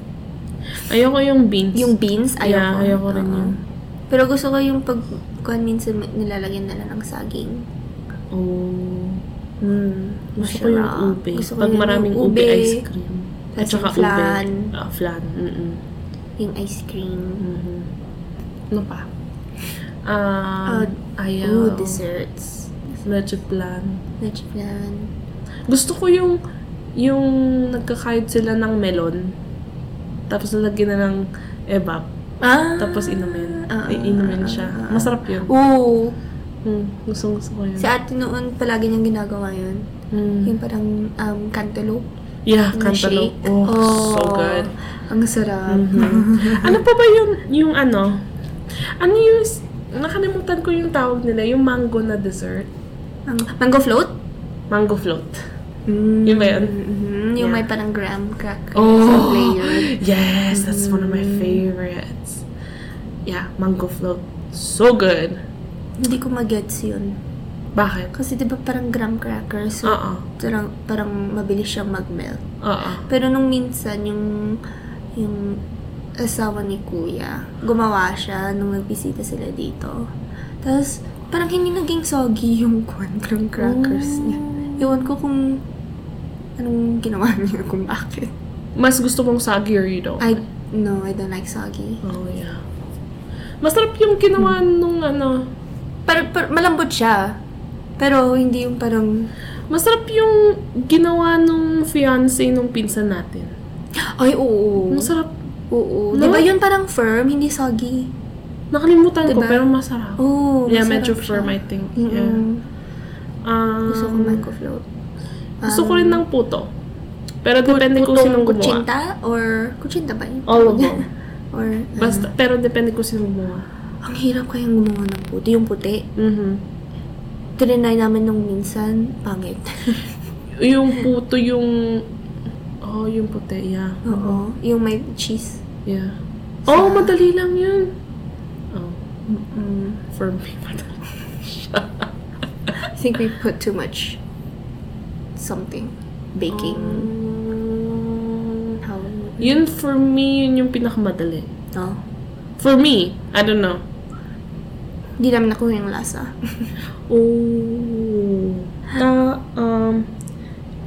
Speaker 2: Ayoko yung beans.
Speaker 3: Yung beans, ayaw
Speaker 2: Yeah,
Speaker 3: ko.
Speaker 2: ayoko rin
Speaker 3: Oo.
Speaker 2: yun.
Speaker 3: Pero gusto ko yung pag, kwan minsan nilalagyan nila ng saging.
Speaker 2: Oh.
Speaker 3: Mm,
Speaker 2: Gusto ko yung
Speaker 3: masarap.
Speaker 2: ube.
Speaker 3: Gusto ko
Speaker 2: Pag
Speaker 3: yun,
Speaker 2: maraming
Speaker 3: yung
Speaker 2: ube, ice cream. At
Speaker 3: Tapos
Speaker 2: saka
Speaker 3: yung flan.
Speaker 2: ube. Ah, flan. Mm-mm.
Speaker 3: Yung ice cream.
Speaker 2: Mhm. Ano pa? Um,
Speaker 3: Ah,
Speaker 2: ayaw.
Speaker 3: Ooh, desserts.
Speaker 2: Leche plan.
Speaker 3: Leche flan.
Speaker 2: Gusto ko yung yung nagkakayod sila ng melon. Tapos nalagyan na ng evap.
Speaker 3: Ah!
Speaker 2: Tapos inumin.
Speaker 3: Ah,
Speaker 2: Ay, inumin
Speaker 3: ah,
Speaker 2: siya.
Speaker 3: ah, ah.
Speaker 2: Masarap yun.
Speaker 3: Oo!
Speaker 2: Mm, gusto, gusto ko yun.
Speaker 3: Si ate noon, palagi niyang ginagawa yun.
Speaker 2: Mm.
Speaker 3: Yung parang um, cantaloupe.
Speaker 2: Yeah,
Speaker 3: na
Speaker 2: Ah, cantaloupe.
Speaker 3: shake.
Speaker 2: Oh, so good.
Speaker 3: Ang sarap.
Speaker 2: (laughs) ano pa ba yung, yung ano? Ano yung, s- nakalimutan ko yung tawag nila, yung mango na dessert.
Speaker 3: (laughs) Ang- mango float?
Speaker 2: Mango float. Yun ba yun?
Speaker 3: Mhm. Mm. Yung may parang graham cracker sa
Speaker 2: Oh,
Speaker 3: layer.
Speaker 2: yes, that's one of my favorites. Yeah, mango float. So good.
Speaker 3: Hindi ko magets yun.
Speaker 2: Bakit? Uh-uh.
Speaker 3: Kasi di ba parang graham cracker, so
Speaker 2: Oo,
Speaker 3: parang, parang mabilis siyang mag-melt.
Speaker 2: oo.
Speaker 3: Pero nung minsan, yung, yung asawa ni kuya, gumawa siya nung nagbisita sila dito. Tapos, parang hindi naging soggy yung (laughs) corn graham crackers niya.
Speaker 2: Oh.
Speaker 3: Iwan ko kung anong ginawa (laughs) niya, kung bakit.
Speaker 2: Mas gusto mong sagi or you don't?
Speaker 3: I, no, I don't like soggy.
Speaker 2: oh, yeah. Masarap yung kinawa nung ano.
Speaker 3: Pero, pero malambot siya. Pero hindi yung parang,
Speaker 2: Masarap yung ginawa nung fiancé nung pinsan natin.
Speaker 3: ay, oo.
Speaker 2: Masarap. No?
Speaker 3: Oo. Di ba yun parang firm, hindi soggy?
Speaker 2: Nakalimutan ko,
Speaker 3: Diba?
Speaker 2: pero masarap.
Speaker 3: Oo,
Speaker 2: yeah,
Speaker 3: Oh, masarap
Speaker 2: medyo
Speaker 3: siya.
Speaker 2: firm, I think.
Speaker 3: Mm-mm.
Speaker 2: Yeah. Um,
Speaker 3: Gusto ko mango float.
Speaker 2: gusto ko rin ng puto. Pero depende kung sinong gumawa.
Speaker 3: Um, Kuchinta or... Kuchinta ba yun?
Speaker 2: All of them.
Speaker 3: (laughs) or... ano.
Speaker 2: Basta, pero depende kung sinong gumawa.
Speaker 3: ang hirap kayang gumawa ng puti. Yung puti.
Speaker 2: Mhm.
Speaker 3: Trinay namin nung minsan.
Speaker 2: (laughs)
Speaker 3: Pangit.
Speaker 2: Yung puto, yung... Oh, yung puti, yeah.
Speaker 3: Oo. Yung may cheese.
Speaker 2: Yeah. Oh, madali lang yun. Oh,
Speaker 3: Mm.
Speaker 2: for me, (laughs) madali.
Speaker 3: I think we put too much something. Baking.
Speaker 2: Um,
Speaker 3: How?
Speaker 2: yun, for me, yun yung pinakamadali.
Speaker 3: No.
Speaker 2: For me, I don't know.
Speaker 3: Hindi namin nakuha yung lasa. (laughs)
Speaker 2: Oh. Ta, um,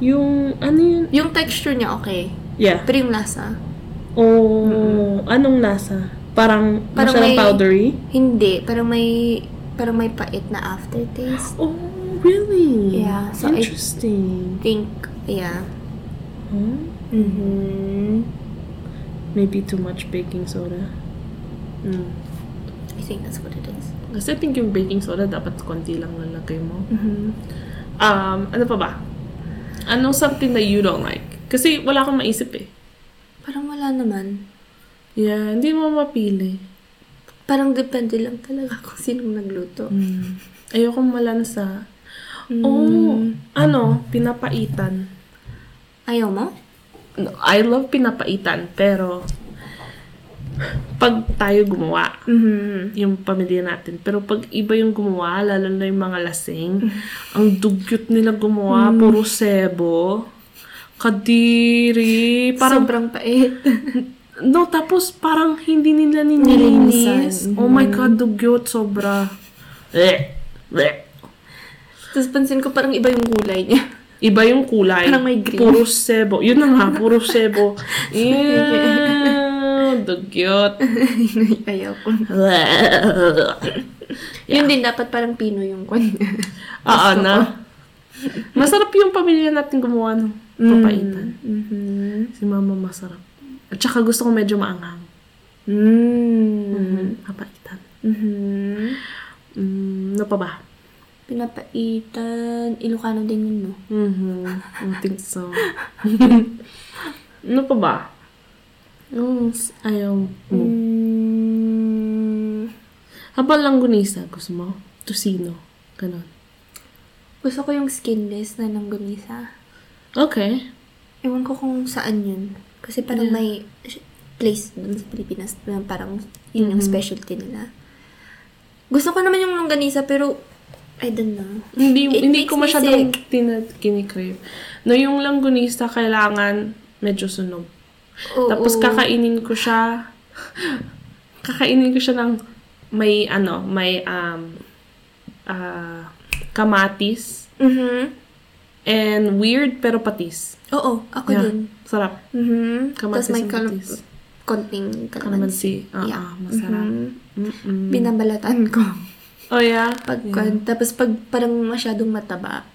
Speaker 2: yung, ano yun?
Speaker 3: Yung texture niya okay.
Speaker 2: Yeah.
Speaker 3: Pero yung lasa,
Speaker 2: Oh, anong lasa? Parang,
Speaker 3: Parang
Speaker 2: masyadong
Speaker 3: may-
Speaker 2: powdery?
Speaker 3: hindi. Parang may... Parang may pait na aftertaste.
Speaker 2: Oh, really?
Speaker 3: Yeah, so it-
Speaker 2: Interesting.
Speaker 3: Think, yeah.
Speaker 2: Huh? Hmm.
Speaker 3: Mm-hmm.
Speaker 2: Maybe too much baking soda. Mm.
Speaker 3: I think that's what it is.
Speaker 2: Kasi I think yung baking soda dapat konti lang lalagay mo.
Speaker 3: Mm-hmm.
Speaker 2: Um, ano pa ba? Anong something that you don't like? Kasi wala akong maisip eh.
Speaker 3: Parang wala naman.
Speaker 2: Yeah, hindi mo mapili.
Speaker 3: Parang depende lang talaga kung sinong nagluto.
Speaker 2: Mm. Ayokong malansa.
Speaker 3: Mm. Mm-hmm.
Speaker 2: Oh, ano, pinapaitan.
Speaker 3: Ayaw mo?
Speaker 2: No, I love pinapaitan, pero pag tayo gumawa,
Speaker 3: Mm-hmm.
Speaker 2: yung pamilya natin. Pero pag iba yung gumawa, lalo na yung mga lasing, ang dugyot nila gumawa, puro sebo, kadiri, parang,
Speaker 3: Sobrang pait.
Speaker 2: no, tapos parang hindi nila nililinis.
Speaker 3: Nililinisan.
Speaker 2: Oh my God, dugyot, sobra. Eh, eh.
Speaker 3: (laughs) Tapos pansin ko parang iba yung kulay niya.
Speaker 2: Iba yung kulay.
Speaker 3: Parang may green.
Speaker 2: Puro sebo. Yun na nga, puro (laughs) sebo. Ew, dugyot.
Speaker 3: (laughs)
Speaker 2: (laughs)
Speaker 3: Ayaw ko. Yun din, dapat parang Pino yung kwan niya.
Speaker 2: Oo na. Ah, ano? Masarap yung pamilya natin gumawa ng papaitan.
Speaker 3: Mm-hmm.
Speaker 2: Si mama masarap. At saka gusto ko medyo maanghang.
Speaker 3: Mm-hmm.
Speaker 2: Papaitan.
Speaker 3: Mm-hmm.
Speaker 2: Mm, ano pa ba?
Speaker 3: Pinapaitan. Ilocano din yun, no?
Speaker 2: Mm-hmm. I think so. (laughs) ano pa ba? Mm. Yung s- ayaw mo.
Speaker 3: Mm-hmm.
Speaker 2: Habang langgunisa, gusto mo? Tusino. Ganon.
Speaker 3: Gusto ko yung skinless na langganisa.
Speaker 2: Okay.
Speaker 3: Ewan ko kung saan yun. Kasi parang may sh- place dun sa Pilipinas na parang yun
Speaker 2: Mm-hmm.
Speaker 3: yung specialty nila. Gusto ko naman yung longganisa pero I don't know.
Speaker 2: Hindi,
Speaker 3: It
Speaker 2: hindi ko
Speaker 3: makes me
Speaker 2: masyadong tina- kinikrave. No, yung langgunista kailangan medyo sunog.
Speaker 3: Oo.
Speaker 2: Tapos kakainin ko siya. kakainin ko siya ng may ano, may um ah, kamatis
Speaker 3: Mhm.
Speaker 2: and weird pero patis.
Speaker 3: Oo, ako
Speaker 2: Yeah,
Speaker 3: din.
Speaker 2: Sarap.
Speaker 3: Mhm.
Speaker 2: Kamatis
Speaker 3: Tapos may
Speaker 2: and
Speaker 3: kal-
Speaker 2: patis.
Speaker 3: konting kalamansi.
Speaker 2: Kalamansi. Ah,
Speaker 3: Yeah.
Speaker 2: ah, masarap.
Speaker 3: Mhm.
Speaker 2: Mm-mm.
Speaker 3: Binabalatan ko.
Speaker 2: Oh yeah.
Speaker 3: Pag, Tapos pag parang masyadong mataba.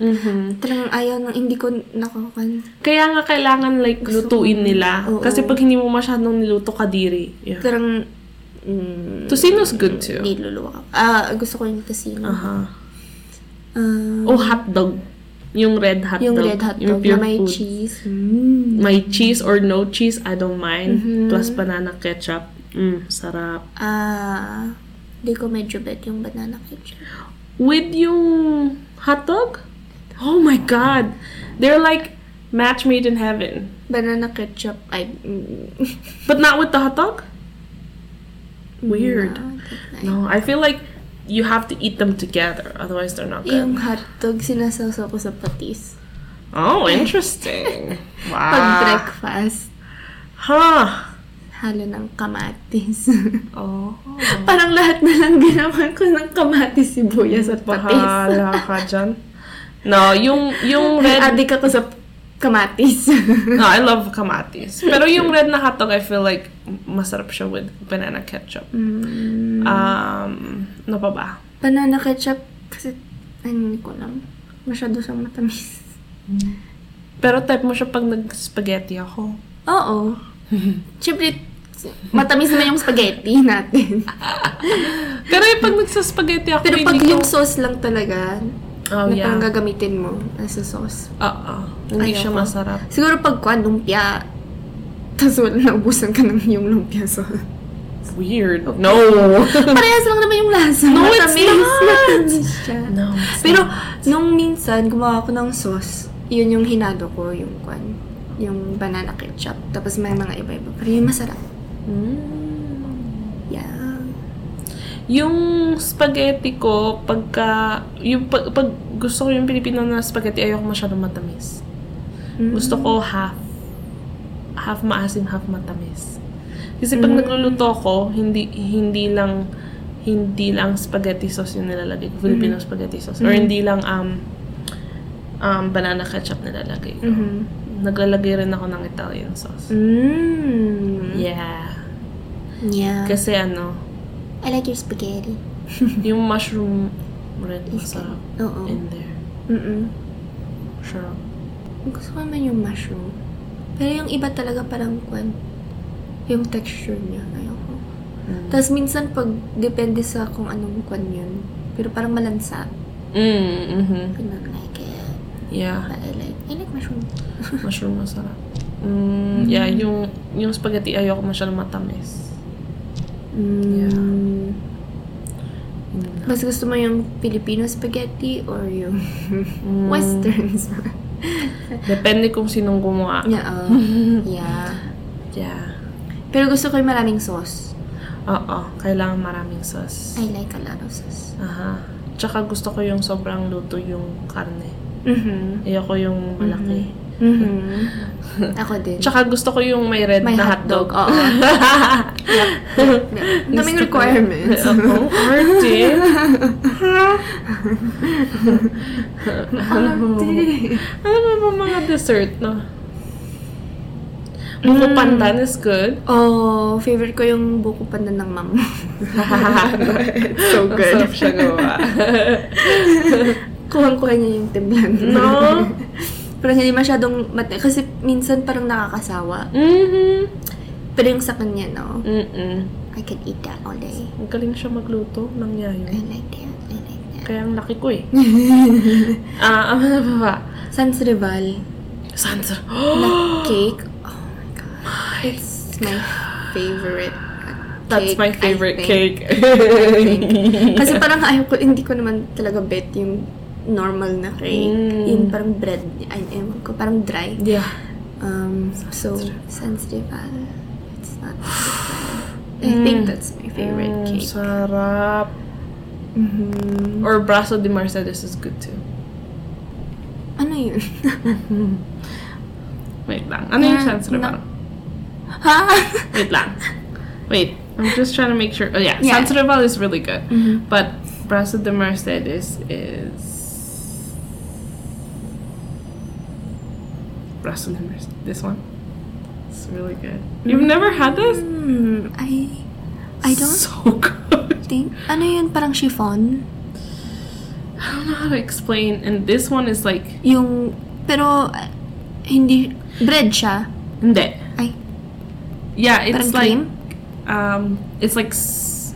Speaker 2: Mhm.
Speaker 3: Talagang ayaw ng hindi ko nakukuhan.
Speaker 2: Kaya nga kailangan like lutuin nila.
Speaker 3: Oo.
Speaker 2: Kasi pag hindi mo masyadong niluto kadiri. Yeah.
Speaker 3: Parang, mm,
Speaker 2: Tocino's good too.
Speaker 3: niluluwa. Ah, gusto ko yung casino.
Speaker 2: Aha.
Speaker 3: Ah,
Speaker 2: Oh, hotdog. Yung red hotdog.
Speaker 3: yung red hot dog na
Speaker 2: pure
Speaker 3: may
Speaker 2: food.
Speaker 3: cheese. Mm.
Speaker 2: May cheese or no cheese, I don't mind.
Speaker 3: Mm-hmm.
Speaker 2: Plus banana ketchup. Mm, sarap.
Speaker 3: Ah, di ko medyo bet yung banana ketchup.
Speaker 2: With yung hotdog? Oh my god. They're like match made in heaven.
Speaker 3: Banana ketchup, ay, mm,
Speaker 2: But not with the hotdog? Weird.
Speaker 3: no, that's nice.
Speaker 2: No, I feel like you have to eat them together. Otherwise, they're not good.
Speaker 3: Yung hot dog, sinasawsaw ko sa patis.
Speaker 2: Oh,
Speaker 3: (laughs)
Speaker 2: interesting. wow.
Speaker 3: Pag breakfast,
Speaker 2: Huh.
Speaker 3: halo ng kamatis. (laughs)
Speaker 2: Oh.
Speaker 3: Parang lahat na lang ginawa ko ng kamatis, sibuyas at patis.
Speaker 2: Bahala
Speaker 3: (laughs)
Speaker 2: ka dyan. (laughs) No, yung, yung
Speaker 3: Red.
Speaker 2: red...
Speaker 3: Adik ako sa (laughs) kamatis.
Speaker 2: No, I love kamatis. Pero yung red na hotdog, I feel like masarap siya with banana ketchup. Mm.
Speaker 3: Mm.
Speaker 2: Um, ano pa ba?
Speaker 3: Banana ketchup kasi, ay, hindi ko alam. Masyado siyang matamis.
Speaker 2: Pero type mo siya pag nag-spaghetti ako. (laughs)
Speaker 3: Oo. Siyempre, matamis naman yung spaghetti (laughs) natin.
Speaker 2: Pero yung pag nagsaspaghetti ako,
Speaker 3: Pero pag
Speaker 2: hindi
Speaker 3: yung
Speaker 2: ko...
Speaker 3: sauce lang talaga,
Speaker 2: Oh,
Speaker 3: na
Speaker 2: yeah.
Speaker 3: parang
Speaker 2: Oo.
Speaker 3: gagamitin mo as a sauce.
Speaker 2: Hindi siya
Speaker 3: Ayoko.
Speaker 2: masarap.
Speaker 3: Siguro pag kwan, lumpia, tapos wala naubusan ka ng yung lumpia sauce.
Speaker 2: Weird. No!
Speaker 3: Parehas lang naman yung lasa.
Speaker 2: No, it's not!
Speaker 3: Matamis siya.
Speaker 2: (laughs) no. it's
Speaker 3: Pero,
Speaker 2: not.
Speaker 3: nung minsan, gumawa ko ng sauce, yun yung hinado ko, yung kwan, yung banana ketchup. Tapos may mga iba-iba. Pero yun masarap.
Speaker 2: Mm.
Speaker 3: Yeah.
Speaker 2: Yung spaghetti ko, pagka... Yung pag, pag gusto ko yung Pilipino na spaghetti, ayoko masyadong matamis.
Speaker 3: Mm.
Speaker 2: Gusto ko half. Half maasim, half matamis. Kasi pag nagluluto ko, hindi hindi lang hindi lang spaghetti sauce yung nilalagay ko, Filipino spaghetti sauce. Or hindi lang um, um, banana ketchup nilalagay ko.
Speaker 3: Mhm.
Speaker 2: Naglalagay rin ako ng Italian sauce.
Speaker 3: Mm.
Speaker 2: Yeah.
Speaker 3: Yeah.
Speaker 2: Kasi ano,
Speaker 3: I like your spaghetti.
Speaker 2: yung mushroom red masarap
Speaker 3: Oo.
Speaker 2: in there.
Speaker 3: Mm-mm.
Speaker 2: Sure.
Speaker 3: Gusto ko naman yung mushroom. Pero yung iba talaga parang kwan. Yung texture niya. Ayoko. Tapos minsan pag depende sa kung anong kwan yun. Pero parang malansa.
Speaker 2: Mm, mhm.
Speaker 3: I don't like it.
Speaker 2: Yeah,
Speaker 3: But I like, I like mushroom.
Speaker 2: mushroom masarap. Mm, yeah, yung yung spaghetti ayoko masyadong matamis.
Speaker 3: Mm.
Speaker 2: Mm.
Speaker 3: Mas gusto mo yung Filipino spaghetti or (laughs) yung
Speaker 2: Mm,
Speaker 3: Western spaghetti?
Speaker 2: Depende kung sinong gumawa.
Speaker 3: Yeah. oh. yeah.
Speaker 2: (laughs) Yeah.
Speaker 3: Pero gusto ko yung maraming sauce.
Speaker 2: Oo, kailangan maraming sauce.
Speaker 3: I like a lot of sauce.
Speaker 2: Aha. Tsaka gusto ko yung sobrang luto yung karne.
Speaker 3: Mm-hmm.
Speaker 2: Ayoko yung malaki.
Speaker 3: Mm-hmm. (laughs) Ako din.
Speaker 2: Tsaka gusto ko yung may red
Speaker 3: May
Speaker 2: na
Speaker 3: hotdog.
Speaker 2: hotdog. (laughs)
Speaker 3: Oo. Ang (laughs) daming
Speaker 2: Gusto ko.
Speaker 3: (laughs) requirements.
Speaker 2: Oo, arte.
Speaker 3: (laughs)
Speaker 2: ano ba? Ano ba ba mga dessert na? Buko pandan is
Speaker 3: (laughs)
Speaker 2: good.
Speaker 3: (laughs) Oh, favorite ko yung buko pandan ng mama. (laughs)
Speaker 2: so good. Ang sarap siya gawa.
Speaker 3: Kuhang-kuha niya yung timblan.
Speaker 2: No?
Speaker 3: (laughs) Parang hindi masyadong mat- Kasi minsan parang nakakasawa.
Speaker 2: Mm-hmm.
Speaker 3: Pero yung sa kanya, no?
Speaker 2: Mm-mm.
Speaker 3: I can eat that all day.
Speaker 2: Ang galing siya magluto ng
Speaker 3: I
Speaker 2: yayo.
Speaker 3: like that. I like that.
Speaker 2: Kaya ang laki
Speaker 3: (laughs)
Speaker 2: ko eh. Ah, ano ba ba?
Speaker 3: Sans
Speaker 2: (gasps)
Speaker 3: Rival.
Speaker 2: Sansa.
Speaker 3: na cake. Oh my god. It's my favorite
Speaker 2: (gasps) That's
Speaker 3: cake,
Speaker 2: my
Speaker 3: I
Speaker 2: favorite
Speaker 3: (laughs)
Speaker 2: cake.
Speaker 3: think. Kasi parang ayaw ko, hindi ko naman talaga bet yung normal na cake.
Speaker 2: Mm.
Speaker 3: Yung parang bread, ay, ewan ko, parang dry.
Speaker 2: Yeah.
Speaker 3: Um, so, sensitive ah, It's
Speaker 2: (sighs)
Speaker 3: not that bad. I think that's my favorite
Speaker 2: Mm, Mm-hmm.
Speaker 3: cake.
Speaker 2: sarap.
Speaker 3: Mhm.
Speaker 2: Or Brasso de Marcellus is good too.
Speaker 3: Ano
Speaker 2: (laughs)
Speaker 3: yun?
Speaker 2: Wait lang. Ano yung sensitive
Speaker 3: Mm-hmm. na-
Speaker 2: ano?
Speaker 3: ha?
Speaker 2: Wait lang. Wait. I'm just trying to make sure. Oh yeah,
Speaker 3: Yeah.
Speaker 2: San Sansereval is really good. But Brasso de Mercedes is Brasso de Mercedes. This one. It's really good. You've never had this?
Speaker 3: Hmm, I, I don't
Speaker 2: So (laughs) good.
Speaker 3: think. Ano yun? Parang chiffon?
Speaker 2: I don't know how to explain. And this one is like
Speaker 3: Yung, pero, ah, hindi, bread siya.
Speaker 2: Hindi.
Speaker 3: Ay.
Speaker 2: Yeah, it's
Speaker 3: Parang
Speaker 2: like
Speaker 3: cream?
Speaker 2: um it's like s-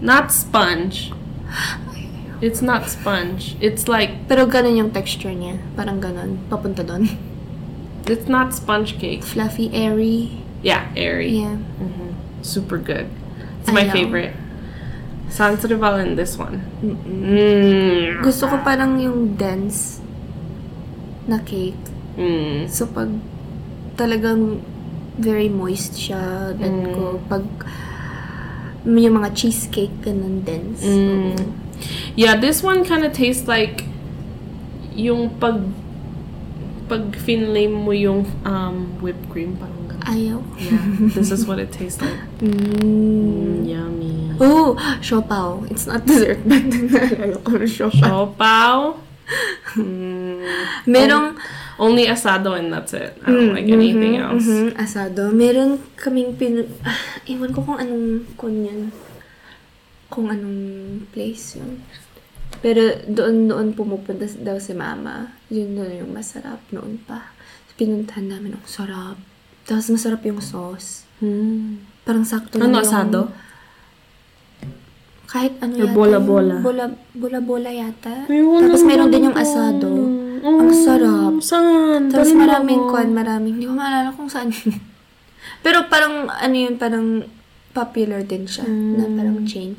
Speaker 2: not sponge. It's not sponge. It's like
Speaker 3: Pero ganun yung texture niya. Parang ganun. Papunta doon.
Speaker 2: it's not sponge cake.
Speaker 3: Fluffy, airy.
Speaker 2: Yeah, airy.
Speaker 3: Yeah.
Speaker 2: hmm Super good. It's
Speaker 3: I
Speaker 2: my
Speaker 3: know.
Speaker 2: favorite. Sansereval and this one. Mm.
Speaker 3: Gusto ko parang yung dense na cake.
Speaker 2: Mm.
Speaker 3: So, pag talagang very moist siya, bet ko. Pag yung mga cheesecake, ganun dense.
Speaker 2: Mm. Yeah, this one kind of tastes like yung pag pag finlay mo yung um, whipped cream parang ganun.
Speaker 3: Ayaw.
Speaker 2: Yeah,
Speaker 3: (laughs)
Speaker 2: this is what it tastes like.
Speaker 3: Mm.
Speaker 2: Mm, yummy.
Speaker 3: Oh, siopao. It's not dessert, but (laughs) naalala ko na siopao.
Speaker 2: Siopaw.
Speaker 3: Merong,
Speaker 2: Mm. Only asado and that's it. I don't like anything
Speaker 3: Mhm,
Speaker 2: else.
Speaker 3: mhm, asado. Meron kaming pin... (sighs) Ah, ewan ko kung anong kun yun. Kung anong place yun. Pero doon-doon pumupunta s- daw si mama. Yun doon yung masarap noon pa. Pinuntahan namin, ang sarap. Tapos masarap yung sauce. Parang sakto lang
Speaker 2: Ano
Speaker 3: mm-hmm. yung-
Speaker 2: asado?
Speaker 3: Kahit ano
Speaker 4: Yung
Speaker 3: yata.
Speaker 4: bola-bola.
Speaker 3: yung Bola, bola-bola yata. Tapos meron din yung asado. Ang sarap.
Speaker 2: Mm. Saan?
Speaker 3: Tapos
Speaker 2: Dali mo
Speaker 3: maraming
Speaker 2: ako.
Speaker 3: kwan, maraming. Hindi ko maalala kung saan. (laughs) Pero parang, ano yun, parang popular din siya. Na
Speaker 2: Mm.
Speaker 3: parang chain.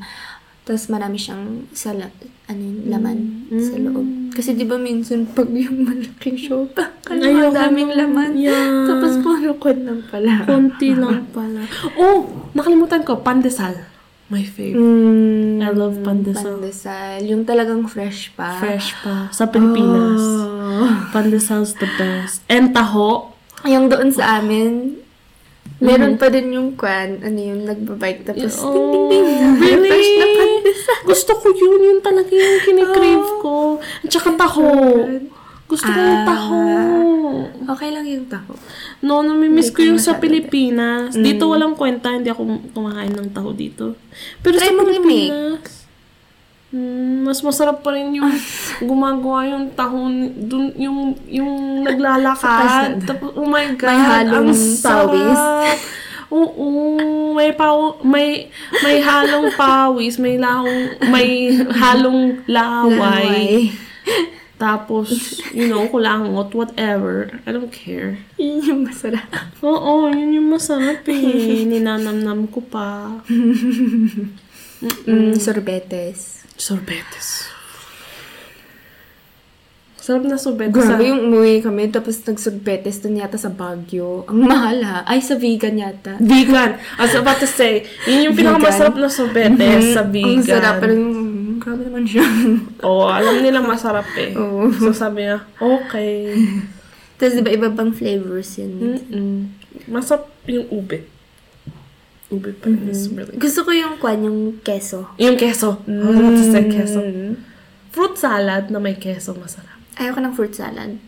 Speaker 3: Tapos marami siyang sa la- ano yun, laman
Speaker 2: Mm.
Speaker 3: sa loob. Kasi di ba minsan pag yung malaking show, (laughs) ano
Speaker 2: Ayoko
Speaker 3: ang daming
Speaker 2: nun.
Speaker 3: laman.
Speaker 2: Yeah.
Speaker 3: Tapos puro kwan lang pala. (laughs)
Speaker 2: Konti lang pala. Oh! Nakalimutan ko. Pandesal. My favorite.
Speaker 3: Mm,
Speaker 2: I love pandesal.
Speaker 3: pandesal. Yung talagang fresh pa. Oh.
Speaker 2: Fresh pa. Sa Pilipinas.
Speaker 3: Ah.
Speaker 2: Pandesal's the best. And taho.
Speaker 3: Yung doon sa amin,
Speaker 2: Mm-hmm.
Speaker 3: meron pa din yung kwan, ano yun, nagbabike tapos ting ting ting.
Speaker 2: Oh. (laughs) Really?
Speaker 3: Fresh na
Speaker 2: Gusto ko yun. Yun talaga yung kinikrave ko. At saka taho. Gusto ko yung
Speaker 3: Ah.
Speaker 2: taho.
Speaker 3: Okay lang yung taho.
Speaker 2: No, namimiss
Speaker 3: Hindi
Speaker 2: ko
Speaker 3: ko
Speaker 2: yung sa
Speaker 3: masyado. Mm.
Speaker 2: Pilipinas. Dito walang kwenta. Hindi ako kumakain ng taho dito. Pero
Speaker 3: Try
Speaker 2: sa
Speaker 3: mong i-make.
Speaker 2: Pilipinas, mm, mas masarap pa rin
Speaker 3: (laughs)
Speaker 2: yung gumagawa yung taho. ni- Dun, yung, yung naglalakad.
Speaker 3: Sa
Speaker 2: Tapos, oh my God.
Speaker 3: May halong
Speaker 2: ang sarap.
Speaker 3: pawis.
Speaker 2: Oo, may paw, may may halong pawis, may lahong may halong laway.
Speaker 3: Laway.
Speaker 2: Tapos, you know, kulangot, whatever. I don't care.
Speaker 3: (laughs) Yun yung masarap.
Speaker 2: Oo, yun yung masarap eh. Ninanamnam ko pa.
Speaker 3: Mm, sorbetes.
Speaker 2: Sorbetes. Sarap na sorbetes.
Speaker 3: Grabe
Speaker 2: ah.
Speaker 3: yung umuwi kami, tapos nagsorbetes dun yata sa Baguio. Ang mahal ha. Ay, sa vegan yata.
Speaker 2: Vegan. I was about to say, yun yung pinakamasarap na sorbetes sa vegan.
Speaker 3: Mm-hmm. Mm, Ang sarap. Parang, mm, grabe naman siya. (laughs)
Speaker 2: Oo, alam nila masarap eh.
Speaker 3: Oo.
Speaker 2: So sabi niya, okay.
Speaker 3: tapos diba iba pang
Speaker 2: Mm.
Speaker 3: flavors yun.
Speaker 2: Mm-mm. Masarap yung ube. Ube pa rin is really good.
Speaker 3: Gusto ko yung kwan, yung keso.
Speaker 2: Yung keso. Mm. I was about to say keso.
Speaker 3: Mm-hmm.
Speaker 2: Fruit salad na may keso, masarap.
Speaker 3: Ayoko ng fruit salad.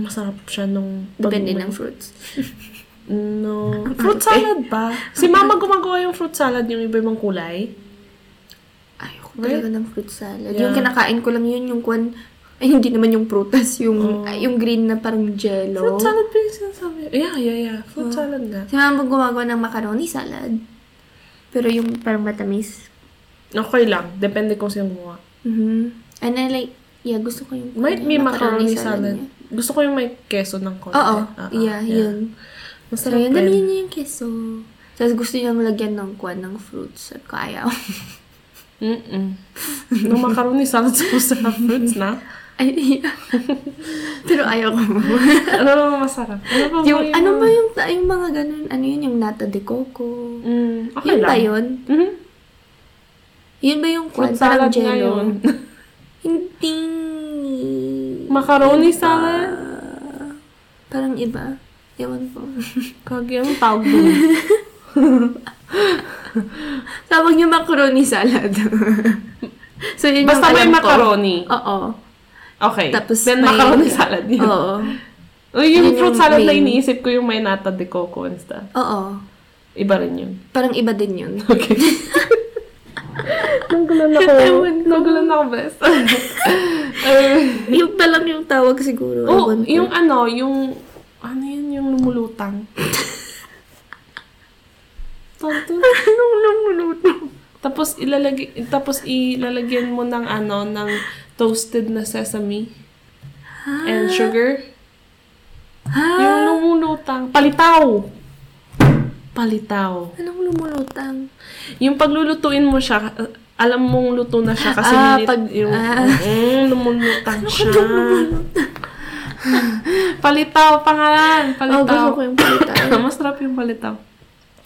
Speaker 2: Masarap siya nung... pag-
Speaker 3: Depende ng fruits.
Speaker 2: No. Fruit salad ba? Si mama gumagawa yung fruit salad, yung iba ibang kulay.
Speaker 3: Ayoko
Speaker 2: Right?
Speaker 3: talaga ng fruit salad.
Speaker 2: Yeah.
Speaker 3: Yung kinakain ko lang yun, yung kwan, ay hindi naman yung prutas, yung, ay, yung green na parang
Speaker 2: Oh.
Speaker 3: jello.
Speaker 2: Fruit salad pa yung sinasabi. Yeah, yeah, yeah. Fruit salad nga.
Speaker 3: Si mama gumagawa ng macaroni salad. Pero yung parang matamis.
Speaker 2: Okay lang. Depende kung sino gumawa.
Speaker 3: Mhm. And I like, yeah, gusto ko yung
Speaker 2: Might be macaroni salad.
Speaker 3: niya.
Speaker 2: Gusto ko yung may keso ng konti.
Speaker 3: Oo,
Speaker 2: Ah, ah,
Speaker 3: yeah, yun. So,
Speaker 2: Masarap
Speaker 3: yun,
Speaker 2: rin.
Speaker 3: damihan niya yung keso. Tapos gusto niyang lagyan ng kwan ng fruits. Sabi ko, ayaw. (laughs)
Speaker 2: Mm-mm. Nung macaroni salad sa fruit na.
Speaker 3: idea. (laughs) Pero ayaw
Speaker 2: (laughs)
Speaker 3: ko.
Speaker 2: ano naman masarap? Ano ba
Speaker 3: yung,
Speaker 2: ba
Speaker 3: ano ba yung, yung mga ganun, ano yun, yung nata de coco.
Speaker 2: Mm, okay
Speaker 3: yun
Speaker 2: lang.
Speaker 3: ba yun?
Speaker 2: Mhm.
Speaker 3: Yun ba yung
Speaker 2: Fruit
Speaker 3: kwan?
Speaker 2: salad
Speaker 3: Parang
Speaker 2: nga yun.
Speaker 3: (laughs) jello. Hindi.
Speaker 2: Macaroni salad.
Speaker 3: Parang iba. Ewan ko. (laughs)
Speaker 2: Kagi, anong tawag doon?
Speaker 3: Tawag niyo macaroni salad. (laughs) so, yun
Speaker 2: Basta
Speaker 3: yung
Speaker 2: may
Speaker 3: alam ko.
Speaker 2: macaroni.
Speaker 3: Oo.
Speaker 2: Okay.
Speaker 3: Tapos
Speaker 2: Then
Speaker 3: may-
Speaker 2: macaroni salad (laughs) yun.
Speaker 3: Oo.
Speaker 2: O, Oh, yung
Speaker 3: Yun
Speaker 2: fruit
Speaker 3: yung
Speaker 2: salad na
Speaker 3: main.
Speaker 2: iniisip ko yung may nata de coco and stuff.
Speaker 3: Oo.
Speaker 2: Iba rin yun.
Speaker 3: Parang iba din yun.
Speaker 2: Okay. Nagulan (laughs) ako. Nagulan ako, best. Eh,
Speaker 3: yung pa lang yung tawag siguro.
Speaker 2: oh,
Speaker 3: Ewan ko. (laughs)
Speaker 2: yung ano, yung... Ano yun yung lumulutang? Tonto.
Speaker 3: Anong lumulutang?
Speaker 2: Tapos ilalagay tapos ilalagyan mo ng ano ng toasted na sesame and sugar.
Speaker 3: Ah. Ha?
Speaker 2: Yung lumulutang, palitaw. Palitaw.
Speaker 3: Anong lumulutang?
Speaker 2: Yung paglulutuin mo siya, uh, alam mong luto na siya kasi
Speaker 3: Ah,
Speaker 2: nilit-
Speaker 3: pag-
Speaker 2: yung
Speaker 3: ah. Ano
Speaker 2: mm, lumulutang siya. (laughs) palitaw pangalan,
Speaker 3: Oh, gusto
Speaker 2: palitaw.
Speaker 3: ko yung
Speaker 2: (coughs)
Speaker 3: palitaw.
Speaker 2: Masarap yung palitaw.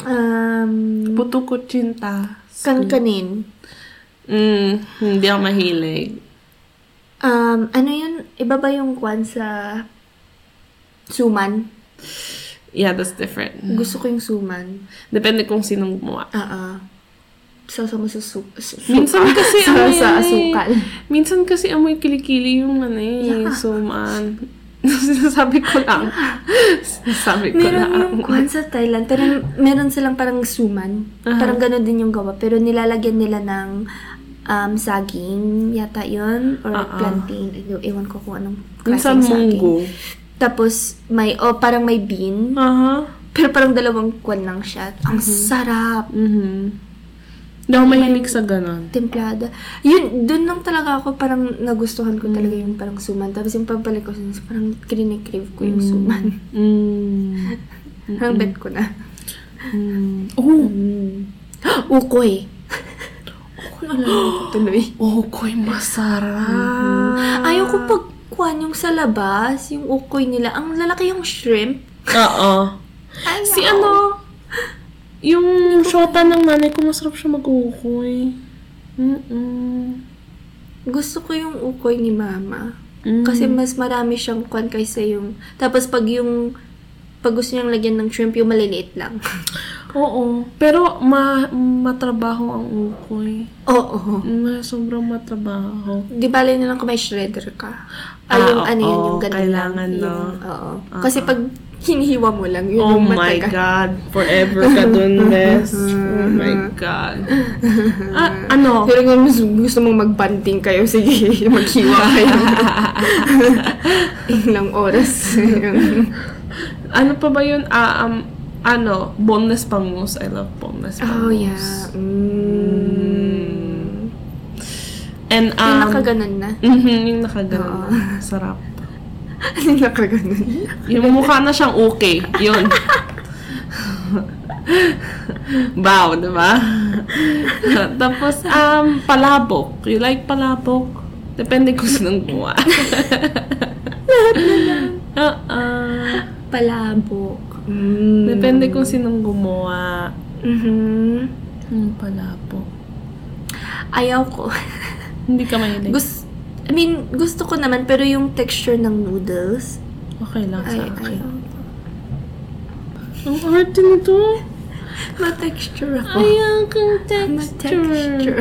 Speaker 3: um,
Speaker 2: Puto ko chinta.
Speaker 3: kankanin.
Speaker 2: Mm, hindi ako mahilig.
Speaker 3: Um, ano yun? Iba ba yung kwan sa suman?
Speaker 2: Yeah, that's different.
Speaker 3: Gusto ko yung suman.
Speaker 2: Depende kung sinong gumawa.
Speaker 3: Oo. Sasama sa su- su-
Speaker 2: Minsan kasi
Speaker 3: (laughs) sa,
Speaker 2: amoy
Speaker 3: sa
Speaker 2: ano eh.
Speaker 3: asukal.
Speaker 2: Minsan kasi amoy kilikili yung ano eh. So, man. (laughs) Sinasabi ko
Speaker 3: (laughs)
Speaker 2: lang. Sinasabi ko
Speaker 3: Meron
Speaker 2: lang.
Speaker 3: yung kwan sa Thailand. Pero meron silang parang suman.
Speaker 2: Aha.
Speaker 3: Parang ganun din yung gawa. Pero nilalagyan nila ng um, saging yata yun. Or
Speaker 2: Ah, ah.
Speaker 3: plantain. Ay, Ewan ko kung anong
Speaker 2: Minsan
Speaker 3: klaseng saging.
Speaker 2: munggo.
Speaker 3: Tapos may, oh, parang may bean.
Speaker 2: Aha.
Speaker 3: Pero parang dalawang kwan lang siya. Ang sarap.
Speaker 2: Mhm. Hindi ako mahilig sa ganon.
Speaker 3: templada. Yun, dun lang talaga ako parang nagustuhan ko talaga yung parang suman. Tapos yung pagbalik ko, sa- parang kinikrave ko yung suman.
Speaker 2: Mm.
Speaker 3: Parang bet ko na. (gasps)
Speaker 2: Mm. Oh!
Speaker 3: Ukoy. Alam ko (gasps) tuloy.
Speaker 2: Ukoy, masarap.
Speaker 3: Ayaw ko pagkuhan yung sa labas, yung ukoy nila. Ang lalaki yung shrimp.
Speaker 2: Oo.
Speaker 3: Ayaw.
Speaker 2: Si ano? Yung shota ng nanay ko, masarap siya mag-ukoy. Mm-mm.
Speaker 3: Gusto ko yung ukoy ni mama.
Speaker 2: Mm.
Speaker 3: Kasi mas marami siyang kuhan kaysa yung... Tapos pag yung... Pag gusto niyang lagyan ng shrimp, yung maliliit lang.
Speaker 2: Oo. Pero ma matrabaho ang ukoy.
Speaker 3: (laughs) Oo.
Speaker 2: Ma sobrang matrabaho.
Speaker 3: Di bale na lang kung may shredder ka.
Speaker 2: Ah,
Speaker 3: Ay, yung ano yun,
Speaker 2: oo,
Speaker 3: yung ganun
Speaker 2: kailangan, no?
Speaker 3: lang.
Speaker 2: Ah,
Speaker 3: Yung- Oo. Kasi pag hinihiwa mo lang, yun
Speaker 2: Oh
Speaker 3: yung
Speaker 2: my
Speaker 3: matagal. Mm-hmm.
Speaker 2: God. Forever ka
Speaker 3: (laughs)
Speaker 2: dun, Bes. Oh my God. Ah, ano?
Speaker 3: (laughs) Pero kung gusto, gusto mong mag-banting kayo, sige, (laughs) maghiwa kayo.
Speaker 2: (laughs)
Speaker 3: Ilang
Speaker 2: (laughs)
Speaker 3: oras. Yun.
Speaker 2: Ano pa ba yun? Ah, um, ano? Boneless pangus. I love boneless
Speaker 3: oh,
Speaker 2: pangus.
Speaker 3: yeah. Mm.
Speaker 2: And, um,
Speaker 3: yung nakaganon
Speaker 2: (laughs)
Speaker 3: na.
Speaker 2: mhm, yung nakaganon. Sarap.
Speaker 3: yung nakaganon.
Speaker 2: Yung mukha na siyang okay. Yun. Bow, di ba? Tapos, um, palabok. You like palabok? Depende kung sinong gumawa. Lahat na lang.
Speaker 3: Palabok.
Speaker 2: Oo.
Speaker 3: Mm.
Speaker 2: Uh-uh. Depende kung sinong gumawa. Mm-hmm.
Speaker 3: Mhm.
Speaker 2: Yung palabok.
Speaker 3: Ayaw ko. (laughs)
Speaker 2: Hindi ka mahilig.
Speaker 3: Gusto, I mean, gusto ko naman, pero yung texture ng noodles,
Speaker 2: okay lang
Speaker 3: Ay,
Speaker 2: sa akin.
Speaker 3: ayaw.
Speaker 2: Ang arte nito.
Speaker 3: Ma-texture
Speaker 2: Oh.
Speaker 3: ako.
Speaker 2: Ayaw kang texture.
Speaker 3: Ma-texture.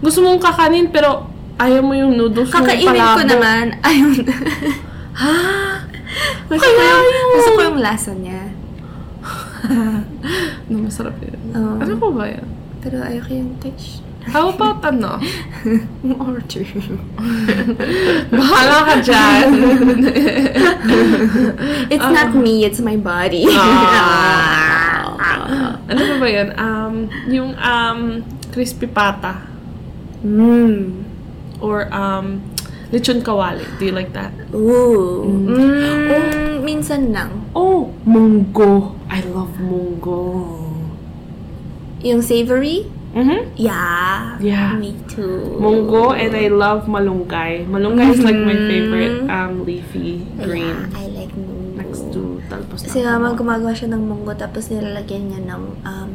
Speaker 2: Gusto mong kakanin pero ayaw mo yung noodles mo
Speaker 3: Kakainin ko
Speaker 2: palabok.
Speaker 3: naman. Ayaw na. Gusto ko
Speaker 2: Kaya
Speaker 3: yung,
Speaker 2: yun.
Speaker 3: gusto ko yung lasa niya.
Speaker 2: No, masarap yun.
Speaker 3: Oo.
Speaker 2: Ano po ba yun?
Speaker 3: Pero ayaw ko yung texture.
Speaker 2: How about (laughs) ano?
Speaker 3: Yung order.
Speaker 2: Bahala ka (laughs) dyan.
Speaker 3: It's
Speaker 2: Ah.
Speaker 3: not me, it's my body. (laughs)
Speaker 2: ano ba ba yun? Um, yung um, crispy pata
Speaker 3: Mmm.
Speaker 2: or um, lechon kawali. Do you like that?
Speaker 3: Ooh.
Speaker 2: Mm.
Speaker 3: Mmm. Minsan lang.
Speaker 2: Oh, munggo. I love munggo.
Speaker 3: Yung savory?
Speaker 2: Mhm.
Speaker 3: Yeah.
Speaker 2: Yeah.
Speaker 3: Me too.
Speaker 2: Munggo and I love malunggay. Malunggay is like my favorite um leafy green
Speaker 3: Yeah, I like munggo.
Speaker 2: next to talpos ng
Speaker 3: Kasi nga,
Speaker 2: tama.
Speaker 3: gumagawa siya ng munggo tapos nilalagyan niya ng um,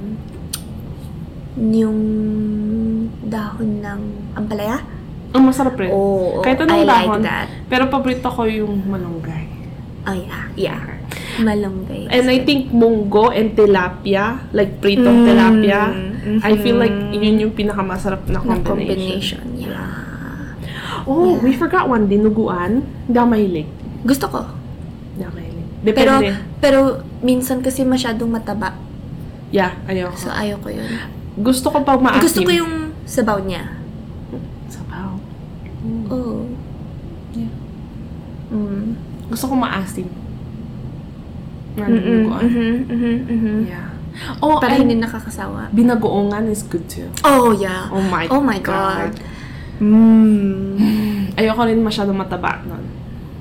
Speaker 3: yung dahon ng ampalaya.
Speaker 2: Ang Oh, masarap rin.
Speaker 3: Oo,
Speaker 2: Kahit
Speaker 3: Oh, I
Speaker 2: anong
Speaker 3: like
Speaker 2: dahon.
Speaker 3: that.
Speaker 2: Pero paborito ko yung malunggay.
Speaker 3: Oh yeah, yeah. Malunggay.
Speaker 2: And I think munggo and tilapia, like
Speaker 3: Mm.
Speaker 2: pritong tilapia, I feel like yun yung pinakamasarap na
Speaker 3: Mm-hmm. na
Speaker 2: combination.
Speaker 3: combination. Yeah.
Speaker 2: Oh, we forgot one, dinuguan. Hindi ako mahilig.
Speaker 3: Gusto ko.
Speaker 2: Hindi ako mahilig.
Speaker 3: Pero,
Speaker 2: Depende.
Speaker 3: pero minsan kasi masyadong mataba.
Speaker 2: yeah, ayoko.
Speaker 3: So, ayoko yun.
Speaker 2: Gusto ko pag maasim.
Speaker 3: Gusto ko yung sabaw niya.
Speaker 2: Sabaw.
Speaker 3: Oo. Yeah. Mm.
Speaker 2: Gusto ko maasim. Yan,
Speaker 3: Mm-mm,
Speaker 2: dinuguan.
Speaker 3: mhm, mhm, mhm.
Speaker 2: Yeah. Oh,
Speaker 3: Para
Speaker 2: and
Speaker 3: hindi nakakasawa.
Speaker 2: binagoongan is good too.
Speaker 3: Oh, yeah.
Speaker 2: Oh my
Speaker 3: Oh my
Speaker 2: God.
Speaker 3: God. Mm.
Speaker 2: Ayoko rin masyado mataba nun.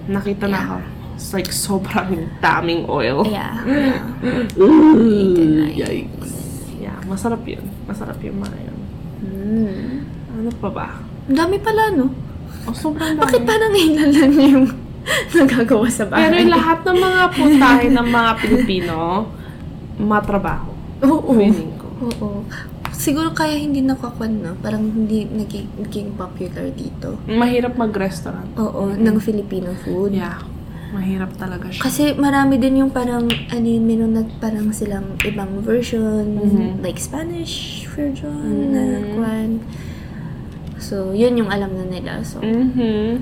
Speaker 2: Nakita na ako. It's like sobrang daming oil.
Speaker 3: Yeah. yeah.
Speaker 2: Ooh, yikes. Yeah, masarap yun. Masarap yung mga yun.
Speaker 3: Mm.
Speaker 2: Ano pa ba?
Speaker 3: Ang dami pala, no?
Speaker 2: Oh, sobrang dami.
Speaker 3: Bakit parang ngayon lang niyo yung (laughs) nagagawa sa bahay?
Speaker 2: Pero yung lahat ng mga putahe ng mga Pilipino, matrabaho.
Speaker 3: Oo.
Speaker 2: Feeling ko.
Speaker 3: Oo. Siguro kaya hindi nakakuan, no? Parang hindi naging, naging popular dito.
Speaker 2: Mahirap mag-restaurant.
Speaker 3: Oo, ng Filipino food.
Speaker 2: Yeah. Mahirap talaga siya.
Speaker 3: Kasi marami din yung parang, ano yun, meron na parang silang ibang version,
Speaker 2: Mhm.
Speaker 3: like Spanish version, na kuan. So, yun yung alam na nila. So,
Speaker 2: Mhm.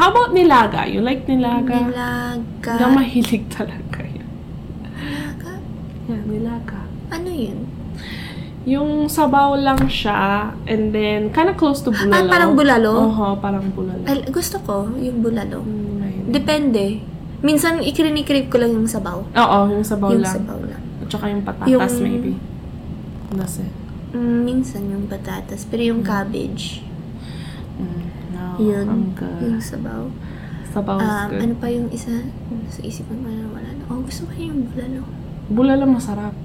Speaker 2: How about nilaga? You like nilaga?
Speaker 3: nilaga.
Speaker 2: Hindi ako mahilig talaga yun.
Speaker 3: Nilaga?
Speaker 2: Yeah, nilaga.
Speaker 3: Ano yun?
Speaker 2: Yung sabaw lang siya, and then, kind of close to bulalo.
Speaker 3: Ah, parang bulalo?
Speaker 2: Oo, parang bulalo.
Speaker 3: Al- gusto ko yung bulalo.
Speaker 2: Mm, mahilig.
Speaker 3: Depende. Minsan, ikrinik-krip ko lang yung sabaw.
Speaker 2: Oo, yung sabaw
Speaker 3: yung
Speaker 2: lang.
Speaker 3: sabaw lang.
Speaker 2: At saka yung patatas,
Speaker 3: Yung-
Speaker 2: maybe. That's it.
Speaker 3: Mm, minsan yung patatas. Pero yung cabbage.
Speaker 2: Mm, no,
Speaker 3: Yun.
Speaker 2: ang good.
Speaker 3: Yung sabaw.
Speaker 2: Sabaw is
Speaker 3: Um,
Speaker 2: Ah. Oh, good.
Speaker 3: ano pa yung isa? Sa isipan ko na wala na. Oh, gusto ko yung bulalo.
Speaker 2: Bulalo
Speaker 3: (laughs)
Speaker 2: masarap.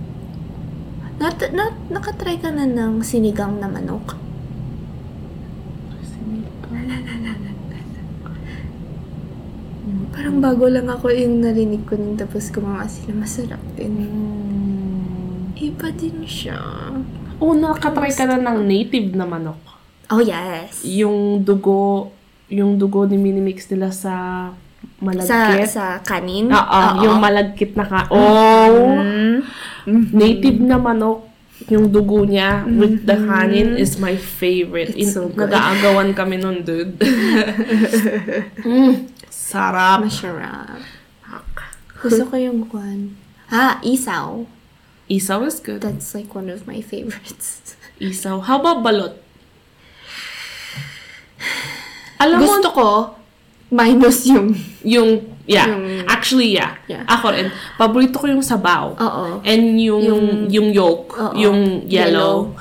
Speaker 3: Nat, nat, nakatry ka na ng sinigang na manok? Parang bago lang ako yung narinig ko nung tapos gumawa sila. Masarap din.
Speaker 2: Mm.
Speaker 3: Iba din siya.
Speaker 2: Oh, nakatry ka na ng native na manok.
Speaker 3: Oh, yes.
Speaker 2: Yung dugo, yung dugo ni minimix nila sa
Speaker 3: Sa, Ah, Mm.
Speaker 2: malagkit.
Speaker 3: sa kanin? Mm-hmm.
Speaker 2: Oo, yung malagkit na ka. Oh, native na manok. Yung dugo niya with the kanin is my favorite.
Speaker 3: Mm-hmm. It's
Speaker 2: In-
Speaker 3: so good.
Speaker 2: Nag-aagawan kami nun,
Speaker 3: (laughs)
Speaker 2: dude. Mm, sarap.
Speaker 3: Masarap. Gusto ko yung kwan. Ah, isaw.
Speaker 2: Isaw is good.
Speaker 3: That's like one of my favorites.
Speaker 2: Isaw. How about balot? Alam mo,
Speaker 3: Gusto ko, minus yung...
Speaker 2: yung, yeah.
Speaker 3: Yung-
Speaker 2: actually, yeah. (laughs)
Speaker 3: Yeah.
Speaker 2: Ako rin. Paborito ko yung sabaw.
Speaker 3: Oo.
Speaker 2: And yung, yung,
Speaker 3: Yung-
Speaker 2: yolk.
Speaker 3: Oo.
Speaker 2: Yung yellow.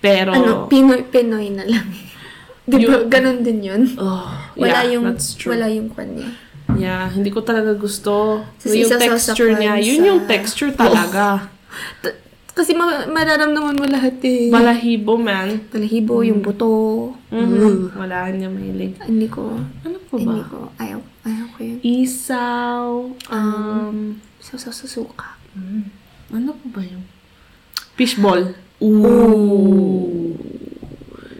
Speaker 2: Pero,
Speaker 3: Ano, Pinoy, Pinoy na lang. (laughs) Di ba,
Speaker 2: Yung-
Speaker 3: ganun din yun?
Speaker 2: oh,
Speaker 3: Wala
Speaker 2: yeah,
Speaker 3: yung,
Speaker 2: that's true.
Speaker 3: wala yung kwan niya.
Speaker 2: Yeah, hindi ko talaga gusto.
Speaker 3: Sa-
Speaker 2: yung
Speaker 3: sa- sa- ah.
Speaker 2: texture
Speaker 3: sa-
Speaker 2: niya,
Speaker 3: sa-
Speaker 2: yun yung texture talaga.
Speaker 3: T- Kasi ma- mararamdaman mo lahat
Speaker 2: (laughs)
Speaker 3: eh.
Speaker 2: Malahibo, man.
Speaker 3: Balahibo, yung
Speaker 2: Mm.
Speaker 3: buto. Mm.
Speaker 2: Mhm. Wala niya mahilig.
Speaker 3: Hindi ko,
Speaker 2: Ano po ba?
Speaker 3: hindi ko, ayaw, ayaw ko yun.
Speaker 2: Isaw. Um,
Speaker 3: Susuka.
Speaker 2: ano po ba yung? Fishball. Ooh.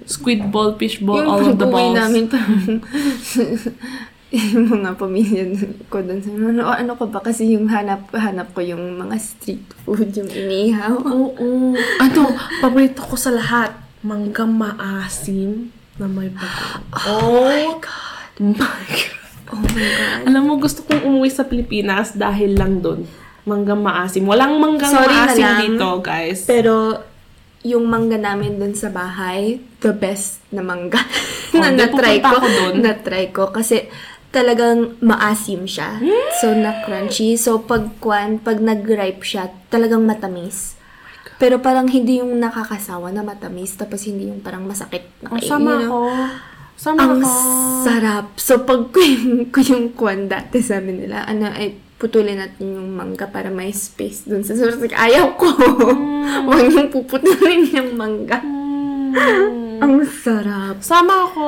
Speaker 2: Squid ball, fishball, all of the
Speaker 3: pag-uwi
Speaker 2: balls.
Speaker 3: namin parang (laughs) yung mga pamilya ko doon sa ano, ano ko ba kasi yung hanap hanap ko yung mga street food yung inihaw.
Speaker 2: Oo. Ano, paborito ko sa lahat. Mangga maasim na may bago. Oh, my God. (laughs) My God.
Speaker 3: Oh my god.
Speaker 2: Alam mo, gusto kong umuwi sa Pilipinas dahil lang doon. Mangga maasim. Walang manggang
Speaker 3: Sorry na
Speaker 2: maasim
Speaker 3: lang.
Speaker 2: dito, guys.
Speaker 3: Pero yung mangga namin doon sa bahay, the best na mangga (laughs) na
Speaker 2: Oh, di,
Speaker 3: na-try ko.
Speaker 2: pupunta ako dun.
Speaker 3: Na-try ko kasi talagang maasim siya.
Speaker 2: Hmm.
Speaker 3: So, na-crunchy. So, pag kwan, pag nag-ripe siya,
Speaker 2: Oh
Speaker 3: talagang matamis. Pero parang hindi yung nakakasawa na matamis, tapos hindi yung parang masakit na
Speaker 2: Ang
Speaker 3: kainin,
Speaker 2: sama
Speaker 3: you know?
Speaker 2: ko. Sama
Speaker 3: Ang
Speaker 2: ko.
Speaker 3: (laughs) sarap. So, pag ko yung, ko yung kwan dati sabi nila, ano, ay, putulin natin yung mangga para may space dun sa source. Like, ayaw ko.
Speaker 2: Hmm.
Speaker 3: (laughs) Huwag niyong puputulin yung mangga. Ang sarap.
Speaker 2: Hmm. Sama ako.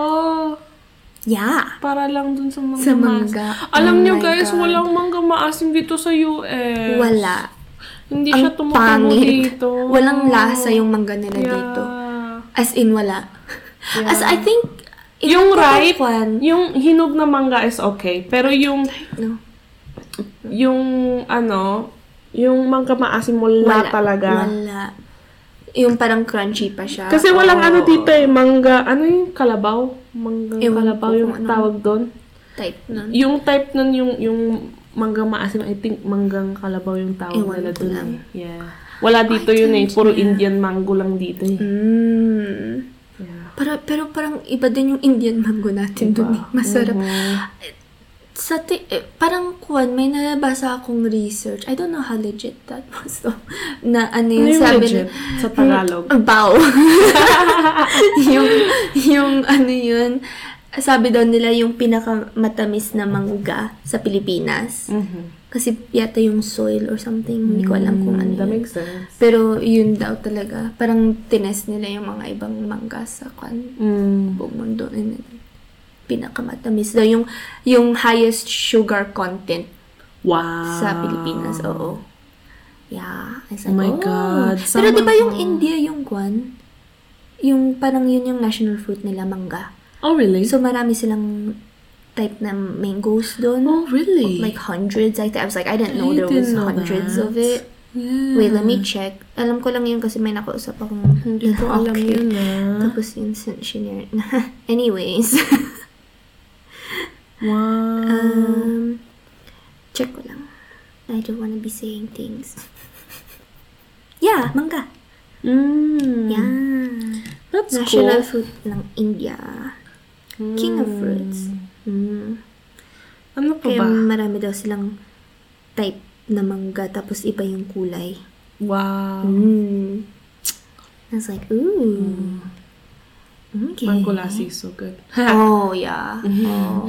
Speaker 3: Yeah.
Speaker 2: Para lang dun sa mangga.
Speaker 3: Sa
Speaker 2: maas.
Speaker 3: mangga.
Speaker 2: Alam
Speaker 3: Oh
Speaker 2: niyo
Speaker 3: my
Speaker 2: guys,
Speaker 3: God.
Speaker 2: walang mangga maasim dito sa US.
Speaker 3: Wala.
Speaker 2: Hindi siya
Speaker 3: Ang
Speaker 2: tumutubo
Speaker 3: pangit.
Speaker 2: dito.
Speaker 3: Walang lasa yung mangga nila
Speaker 2: Yeah.
Speaker 3: dito. As in, wala. (laughs) As I think,
Speaker 2: Yung ripe,
Speaker 3: one,
Speaker 2: yung hinog na mangga is okay. Pero yung,
Speaker 3: no,
Speaker 2: yung ano, yung mangga maasim wala, talaga.
Speaker 3: Wala. Yung parang crunchy pa siya.
Speaker 2: Kasi
Speaker 3: Oo.
Speaker 2: walang ano dito eh, mangga, ano yung kalabaw? Mangga
Speaker 3: Ewan
Speaker 2: kalabaw
Speaker 3: ko
Speaker 2: yung
Speaker 3: kung ano.
Speaker 2: tawag doon.
Speaker 3: Type nun.
Speaker 2: Yung type nun, yung, yung mangga maasim, I think manggang kalabaw yung tawag
Speaker 3: Ewan
Speaker 2: nila
Speaker 3: ko
Speaker 2: doon.
Speaker 3: lang.
Speaker 2: eh. Yeah. Wala dito yun eh, puro Indian mango lang dito eh.
Speaker 3: Mm.
Speaker 2: Yeah. Diba?
Speaker 3: Para, pero parang iba din yung Indian mango natin dun eh. Masarap.
Speaker 2: Mm-hmm.
Speaker 3: Sa ti- eh, parang kuwan, may nabasa akong research. I don't know how legit that was though. Na ano
Speaker 2: Ano yung
Speaker 3: yun, sabi
Speaker 2: legit
Speaker 3: na-
Speaker 2: sa
Speaker 3: (laughs)
Speaker 2: Tagalog?
Speaker 3: Ang Bao. yung, yung ano yun, sabi daw nila yung pinakamatamis na mangga sa Pilipinas.
Speaker 2: Mhm.
Speaker 3: Kasi yata yung soil or something, hindi ko alam kung ano
Speaker 2: Mm, That
Speaker 3: yun.
Speaker 2: makes sense.
Speaker 3: Pero yun daw talaga. Parang tines nila yung mga ibang mangga sa kan
Speaker 2: Mm.
Speaker 3: buong mundo. And then, pinakamatamis daw. Yung, yung highest sugar content
Speaker 2: Wow.
Speaker 3: sa Pilipinas. Oo. Yeah. I was
Speaker 2: Ah. Oh
Speaker 3: like,
Speaker 2: my God. Sama
Speaker 3: Pero di ba yung
Speaker 2: ko.
Speaker 3: India yung kwan? Yung parang yun yung national fruit nila, mangga.
Speaker 2: Oh, really?
Speaker 3: So marami silang type na mangoes doon.
Speaker 2: oh, really?
Speaker 3: Like hundreds, I, think. I was like, I didn't know
Speaker 2: I
Speaker 3: there was
Speaker 2: didn't know
Speaker 3: hundreds
Speaker 2: that.
Speaker 3: of it.
Speaker 2: yeah.
Speaker 3: Wait, let me check. Alam ko lang yun kasi may nakausap akong
Speaker 2: Hindi ko alam yun, ah.
Speaker 3: Tapos yun, sin- shinare na. (laughs) Anyways. (laughs)
Speaker 2: Wow.
Speaker 3: um, check ko lang. I don't wanna be saying things. yeah, mangga.
Speaker 2: mm.
Speaker 3: Um, Yeah.
Speaker 2: That's
Speaker 3: National
Speaker 2: cool.
Speaker 3: fruit ng India. King of fruits. Mm.
Speaker 2: Hmm. Ano pa
Speaker 3: Kaya
Speaker 2: ba?
Speaker 3: marami daw silang type na mangga tapos iba yung kulay.
Speaker 2: Wow.
Speaker 3: Mm. I was like, ooh.
Speaker 2: Hmm.
Speaker 3: Okay.
Speaker 2: Mangkulasi is so good.
Speaker 3: (laughs)
Speaker 2: (laughs)
Speaker 3: Oh, yeah. Oh,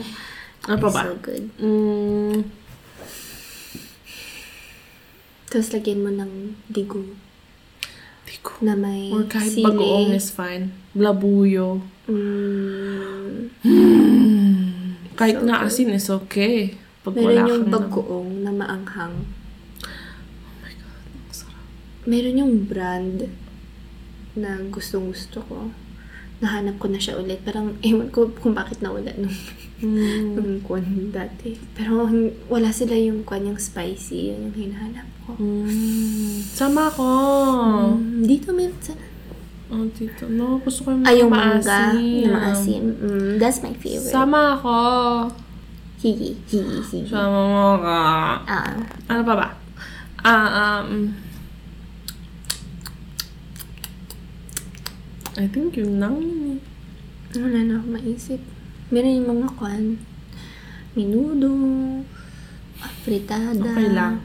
Speaker 2: Hmm. ano pa ba?
Speaker 3: so good.
Speaker 2: Mm.
Speaker 3: Tapos lagyan mo ng digo
Speaker 2: Di ko.
Speaker 3: na may
Speaker 2: Or kahit
Speaker 3: sili.
Speaker 2: bagoong is fine. Labuyo.
Speaker 3: Mm.
Speaker 2: Kahit na asin is okay. Pag wala
Speaker 3: Meron yung
Speaker 2: kang- ano.
Speaker 3: bagoong na maanghang.
Speaker 2: Oh
Speaker 3: Meron yung brand na gustong-gusto ko. Nahanap ko na siya ulit. Parang, ewan ko kung bakit nawala
Speaker 2: (laughs)
Speaker 3: nung,
Speaker 2: Mm.
Speaker 3: nung kwan dati. Pero hin- wala sila yung kwan, yung spicy. Yun yung hinahanap ko.
Speaker 2: Mm. Sama ko.
Speaker 3: Mm, dito meron sana.
Speaker 2: Oh, dito. No, gusto ko yung
Speaker 3: Ay, yung
Speaker 2: Mm,
Speaker 3: mangga
Speaker 2: maasim.
Speaker 3: na maasim. Mm, that's my favorite.
Speaker 2: Sama ako.
Speaker 3: Sige, sige, sige.
Speaker 2: Sama mo ka.
Speaker 3: Ah,
Speaker 2: Ano pa ba? Ah, um... I think yun lang. yun eh.
Speaker 3: wala na akong maisip. Meron yung mga kwan. Minudo, fritada.
Speaker 2: Okay lang.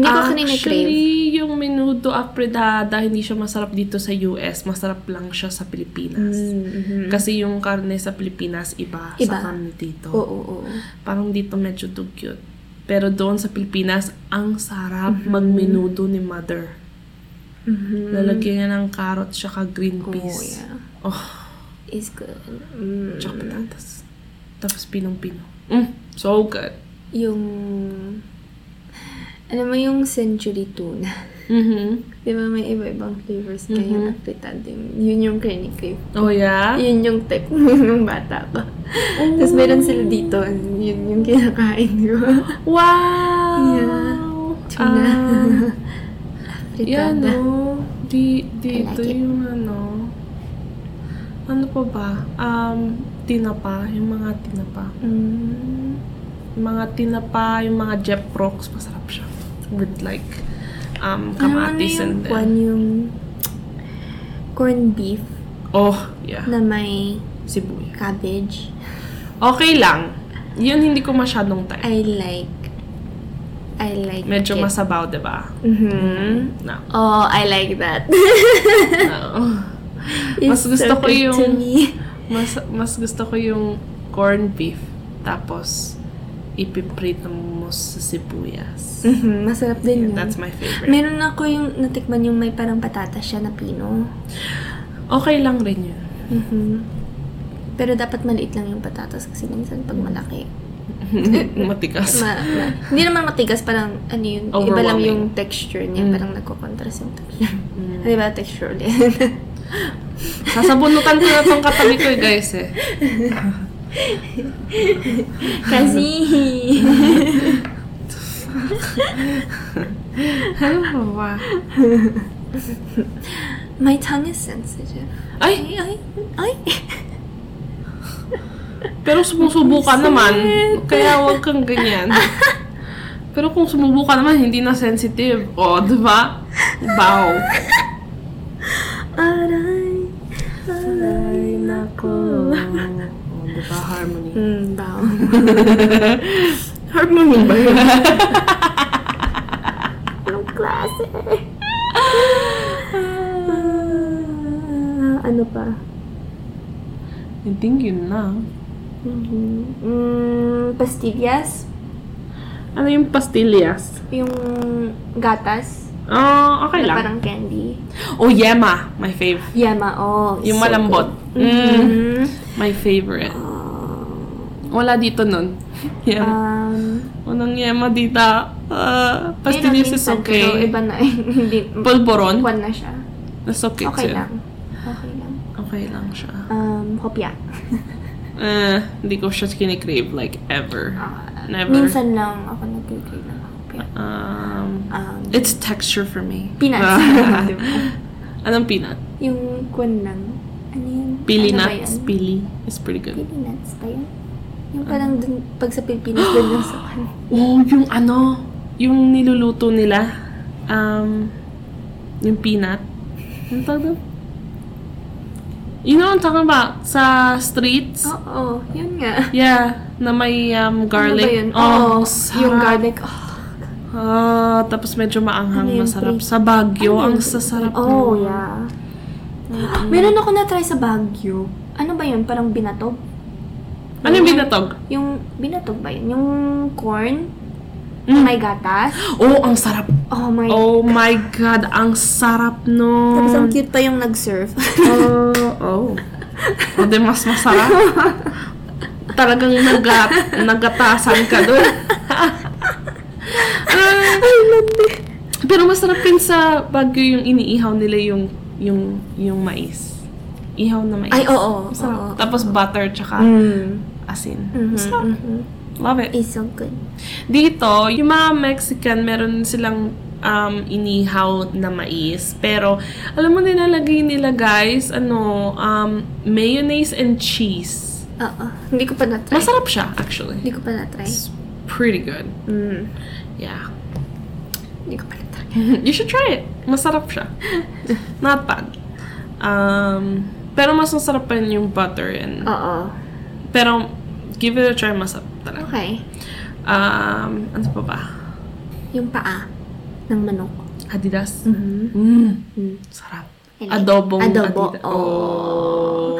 Speaker 3: Hindi ko kanina crave.
Speaker 2: Actually, yung menudo apredada, hindi siya masarap dito sa US. Masarap lang siya sa Pilipinas. Kasi yung karne sa Pilipinas iba,
Speaker 3: Hmm. Iba.
Speaker 2: sa karne dito.
Speaker 3: Oo, oo, oo.
Speaker 2: Parang dito medyo dugyot. Pero doon sa Pilipinas, ang sarap
Speaker 3: Mm-hmm.
Speaker 2: magmenudo ni mother. Mm-hmm. Lalagyan niya ng carrot tsaka green
Speaker 3: Oh,
Speaker 2: peas.
Speaker 3: yeah.
Speaker 2: Oh,
Speaker 3: It's good. Mm.
Speaker 2: tsaka patatas. Tapos pinong-pino. Mm, so good.
Speaker 3: Yung, alam mo yung century tuna. (laughs)
Speaker 2: Mhm.
Speaker 3: Di ba may iba-ibang flavors kayo
Speaker 2: Mm-hmm.
Speaker 3: mm ng fritada? Yun yung crave.
Speaker 2: Oh, yeah?
Speaker 3: Yun yung type (laughs) ng bata ko. Tapos meron sila dito. Yun yung kinakain ko.
Speaker 2: (laughs) Wow!
Speaker 3: Yeah. Tuna. (laughs)
Speaker 2: Ah, Yan,
Speaker 3: Fritada.
Speaker 2: no? Di, dito
Speaker 3: like it.
Speaker 2: yung ano... Ano pa ba? Um, tinapa. Yung mga tinapa.
Speaker 3: Mm.
Speaker 2: Yung mga tinapa, yung mga Jeff Rocks, masarap siya. With like, um, kamatis and
Speaker 3: Ano yung kwan
Speaker 2: then...
Speaker 3: yung corned beef
Speaker 2: Oh, yeah.
Speaker 3: na may
Speaker 2: Sibuya.
Speaker 3: cabbage.
Speaker 2: Okay lang. Yun hindi ko masyadong type.
Speaker 3: I like. I like
Speaker 2: Medyo
Speaker 3: it.
Speaker 2: masabaw, di ba?
Speaker 3: Mhm. (laughs)
Speaker 2: No.
Speaker 3: Oh, I like that. (laughs)
Speaker 2: no. Mas
Speaker 3: It's so
Speaker 2: gusto ko
Speaker 3: good to
Speaker 2: yung-
Speaker 3: me.
Speaker 2: mas, mas gusto ko yung corned beef. Tapos, ipiprito mo sauce sa sibuyas.
Speaker 3: Mhm, masarap din yun.
Speaker 2: That's my favorite.
Speaker 3: Meron ako yung natikman yung may parang patatas siya na pino.
Speaker 2: Okay lang rin
Speaker 3: (laughs)
Speaker 2: yun.
Speaker 3: Mhm. Pero dapat maliit lang yung patatas kasi minsan pag malaki.
Speaker 2: Matikas.
Speaker 3: Ma, ma- hindi naman matigas, parang ano yun, iba lang
Speaker 2: Overwhelming.
Speaker 3: yung texture niya.
Speaker 2: Mm.
Speaker 3: Parang nagko-contrast yung
Speaker 2: (laughs)
Speaker 3: texture. Mm. Di ba? Texture ulit. (laughs)
Speaker 2: Sasabunutan ko na tong katabi ko eh, guys eh.
Speaker 3: kasi...
Speaker 2: (laughs) Ano ba?
Speaker 3: My tongue is sensitive.
Speaker 2: Ay,
Speaker 3: Ay, ay. (laughs)
Speaker 2: pero sumusubo ka naman. Kaya wag kang
Speaker 3: (laughs)
Speaker 2: ganyan. Pero kung sumubo ka naman, hindi na sensitive. O, di ba? Bow.
Speaker 3: Aray.
Speaker 2: Ay, nako. O, di
Speaker 3: Diba,
Speaker 2: ba? Harmony.
Speaker 3: Hmm,
Speaker 2: (laughs)
Speaker 3: bow.
Speaker 2: Harmony ba yun?
Speaker 3: Anong klase? Ah, ano pa?
Speaker 2: (laughs) I think yun na.
Speaker 3: Mm-hmm. Mm, pastillas?
Speaker 2: Ano yung pastillas?
Speaker 3: Yung gatas?
Speaker 2: Oh, okay
Speaker 3: na
Speaker 2: lang.
Speaker 3: parang candy.
Speaker 2: Oh, yema. My fave.
Speaker 3: Yama, oh.
Speaker 2: Yung
Speaker 3: so
Speaker 2: malambot. Mm.
Speaker 3: good. Mhm.
Speaker 2: My favorite.
Speaker 3: Um,
Speaker 2: Wala dito nun. (laughs) Yema.
Speaker 3: um,
Speaker 2: Unang yema dita. Uh, pastillas
Speaker 3: yun ang
Speaker 2: is
Speaker 3: minsan, Pero
Speaker 2: okay.
Speaker 3: iba na (laughs) eh. Hindi,
Speaker 2: Polvoron.
Speaker 3: Kwan na siya.
Speaker 2: That's okay,
Speaker 3: Okay
Speaker 2: too.
Speaker 3: lang. Okay lang.
Speaker 2: Okay lang siya.
Speaker 3: Um,
Speaker 2: (laughs)
Speaker 3: kopya.
Speaker 2: Eh, hindi ko siya kinikrave like ever. Never.
Speaker 3: Ah, Minsan lang ako nag-crave ng kopya.
Speaker 2: Um,
Speaker 3: Um,
Speaker 2: it's texture for me. (laughs)
Speaker 3: Peanut. (laughs) Diba?
Speaker 2: Anong peanut?
Speaker 3: yung kwan lang. Ano yun?
Speaker 2: Pili
Speaker 3: ano ba
Speaker 2: nuts.
Speaker 3: yun?
Speaker 2: Pili. Ah. It's pretty good.
Speaker 3: Pili nuts ba yun? Yung parang dun, pag sa Pilipinas, dun lang sa
Speaker 2: (gasps)
Speaker 3: kan.
Speaker 2: Oh, yung ano, yung niluluto nila, um, yung peanut. Ano tawag doon? You know what I'm talking about? Sa streets?
Speaker 3: Oo, yun nga.
Speaker 2: Yeah, na may um, garlic.
Speaker 3: Oh. Ano ba yun? Oo,
Speaker 2: Oh,
Speaker 3: yung
Speaker 2: garlic.
Speaker 3: garlic. Oh,
Speaker 2: Ah, tapos medyo maanghang,
Speaker 3: Ano yun,
Speaker 2: masarap.
Speaker 3: pre?
Speaker 2: Sa Baguio,
Speaker 3: Ano yun,
Speaker 2: ang
Speaker 3: pre?
Speaker 2: sasarap.
Speaker 3: oh,
Speaker 2: nun.
Speaker 3: yeah. Meron ako na-try sa Baguio. Ano ba yun? Parang binatog?
Speaker 2: Ano yung binatog?
Speaker 3: Yung binatog ba yun? Yung corn?
Speaker 2: Mm.
Speaker 3: May gatas?
Speaker 2: Oh, ang sarap.
Speaker 3: Oh my
Speaker 2: Oh my God, ang sarap nun.
Speaker 3: Tapos ang cute pa yung (laughs) nag-surf.
Speaker 2: Oh, oh. O, di mas masarap. Talagang nagat, nagatasan ka doon. Ah, Ay, Pero masarap din sa Baguio yung iniihaw nila yung yung yung mais. Ihaw na mais.
Speaker 3: Ay, oo. Mm.
Speaker 2: Masarap.
Speaker 3: oo.
Speaker 2: Tapos butter tsaka Mm. asin.
Speaker 3: Mhm,
Speaker 2: Masarap.
Speaker 3: mhm.
Speaker 2: Love it.
Speaker 3: It's so good.
Speaker 2: Dito, yung mga Mexican, meron silang um, inihaw na mais. Pero, alam mo, nilalagay nila, guys, ano, um, mayonnaise and cheese.
Speaker 3: Oo. Hindi ko pa na-try.
Speaker 2: Masarap siya, actually.
Speaker 3: Hindi ko pa na-try.
Speaker 2: It's pretty good.
Speaker 3: Mm.
Speaker 2: Yeah. (laughs)
Speaker 3: Hindi ko pa na-try.
Speaker 2: you should try it. Masarap siya. Not bad. Um, pero mas masarap pa rin yung butter. And,
Speaker 3: Oo.
Speaker 2: Pero, give it a try, masarap talaga.
Speaker 3: Okay.
Speaker 2: Um, ano pa ba?
Speaker 3: Yung paa ng manok.
Speaker 2: Adidas.
Speaker 3: Mhm.
Speaker 2: Mm.
Speaker 3: Mm.
Speaker 2: Sarap.
Speaker 3: I like-
Speaker 2: Adobong
Speaker 3: Adobo.
Speaker 2: Adidas.
Speaker 3: Oh.
Speaker 2: Oh.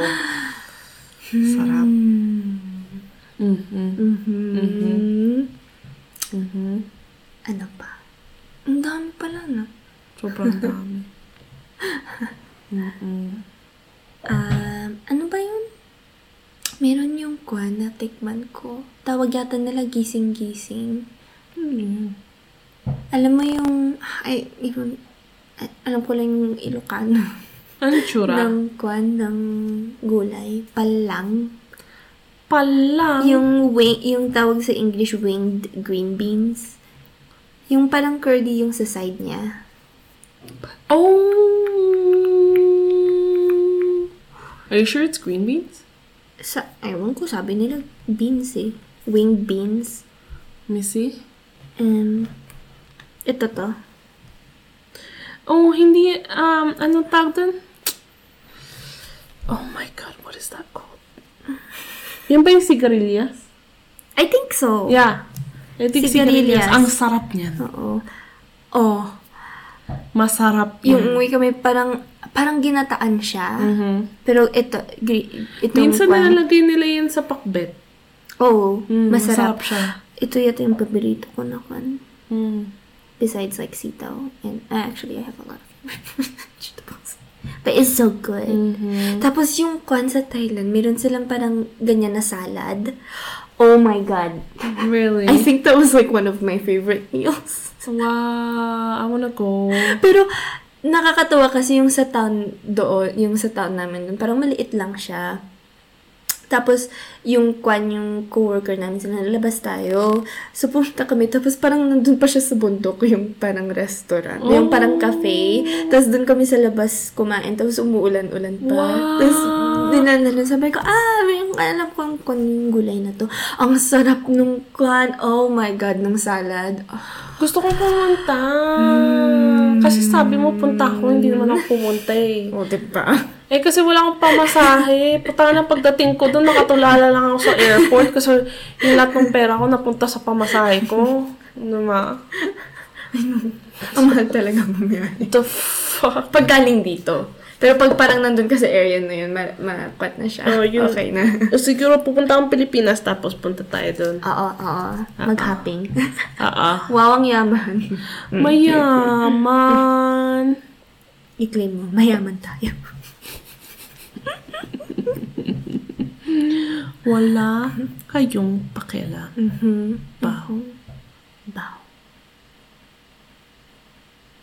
Speaker 2: Sarap. Mm-hmm.
Speaker 3: Mhm.
Speaker 2: Mm-hmm.
Speaker 3: Ano pa? Ang dami pala na.
Speaker 2: Sobrang dami. Mm-hmm.
Speaker 3: Um, ano ba yun? Meron yung kwan na tikman ko. Tawag yata nila gising-gising.
Speaker 2: Mm-hmm.
Speaker 3: Alam mo yung... Ay, yung, ay, alam ko lang yung Ilocano.
Speaker 2: Ano tsura?
Speaker 3: ng kwan, ng gulay. Palang.
Speaker 2: Palang.
Speaker 3: Yung wing, yung tawag sa English winged green beans. Yung parang curly yung sa side niya.
Speaker 2: Oh! Are you sure it's green beans?
Speaker 3: Sa, ewan ko, sabi nila beans eh. Winged beans.
Speaker 2: Let me see.
Speaker 3: Um, ito to.
Speaker 2: Oh, hindi, um, ano tawag dun? Oh my God, what is that called? Yan ba yung sigarilyas?
Speaker 3: I think so.
Speaker 2: Yeah. I think sigarilyas.
Speaker 3: Sigarilyas.
Speaker 2: Ang sarap niyan.
Speaker 3: Oo. Oh,
Speaker 2: Masarap
Speaker 3: yung
Speaker 2: yun.
Speaker 3: umuwi kami parang parang ginataan siya.
Speaker 2: Mhm.
Speaker 3: Pero ito, gri, ito
Speaker 2: Minsan nilalagay nila yan sa pakbet.
Speaker 3: Oo,
Speaker 2: Mm,
Speaker 3: masarap.
Speaker 2: masarap siya.
Speaker 3: ito yata yung paborito ko na kwan.
Speaker 2: Mm.
Speaker 3: Besides like sitaw. And uh, actually, I have a lot of (laughs) favorite vegetables. But it's so good.
Speaker 2: Mm.
Speaker 3: Tapos yung kwan sa Thailand, meron silang parang ganyan na salad. Oh my God.
Speaker 2: Really?
Speaker 3: I think that was like one of my favorite meals.
Speaker 2: wow, I wanna go.
Speaker 3: Pero, nakakatawa kasi yung sa town doon, yung sa town namin doon, parang maliit lang siya. Tapos, yung kwan, yung coworker namin, sila labas tayo. So, pumunta kami. Tapos, parang nandun pa siya sa bundok, yung parang restaurant. Yung parang cafe. Tapos, doon kami sa labas kumain. Tapos, umuulan-ulan pa.
Speaker 2: Wow!
Speaker 3: Tapos, dinandalan. Sabi ko, ah, may alam kong kung yung gulay na to. Ang sarap nung kwan. Oh my God, nung salad.
Speaker 2: Gusto kong pumunta. Kasi sabi mo, punta ako, hindi naman ako pumunta eh.
Speaker 3: Oh, diba?
Speaker 2: Eh kasi wala akong pamasahe. Puta na pagdating ko doon, nakatulala lang ako sa airport kasi yung lahat ng pera ko napunta sa pamasahe ko. Ano ma?
Speaker 3: Ang mahal talaga bumiyari.
Speaker 2: The fuck?
Speaker 3: Pag galing dito. Pero pag parang nandun ka sa area na yun, ma- makakat na siya.
Speaker 2: Oh, yun.
Speaker 3: Okay na.
Speaker 2: Siguro pupunta akong Pilipinas tapos punta tayo doon.
Speaker 3: (laughs) Oo, oo. Mag-hopping. (laughs)
Speaker 2: Ah, ah.
Speaker 3: Wawang yaman.
Speaker 2: Mayaman.
Speaker 3: I-claim mo, mayaman tayo.
Speaker 2: Wala kayong pakialam Mm-hmm.
Speaker 3: Mhm.
Speaker 2: pa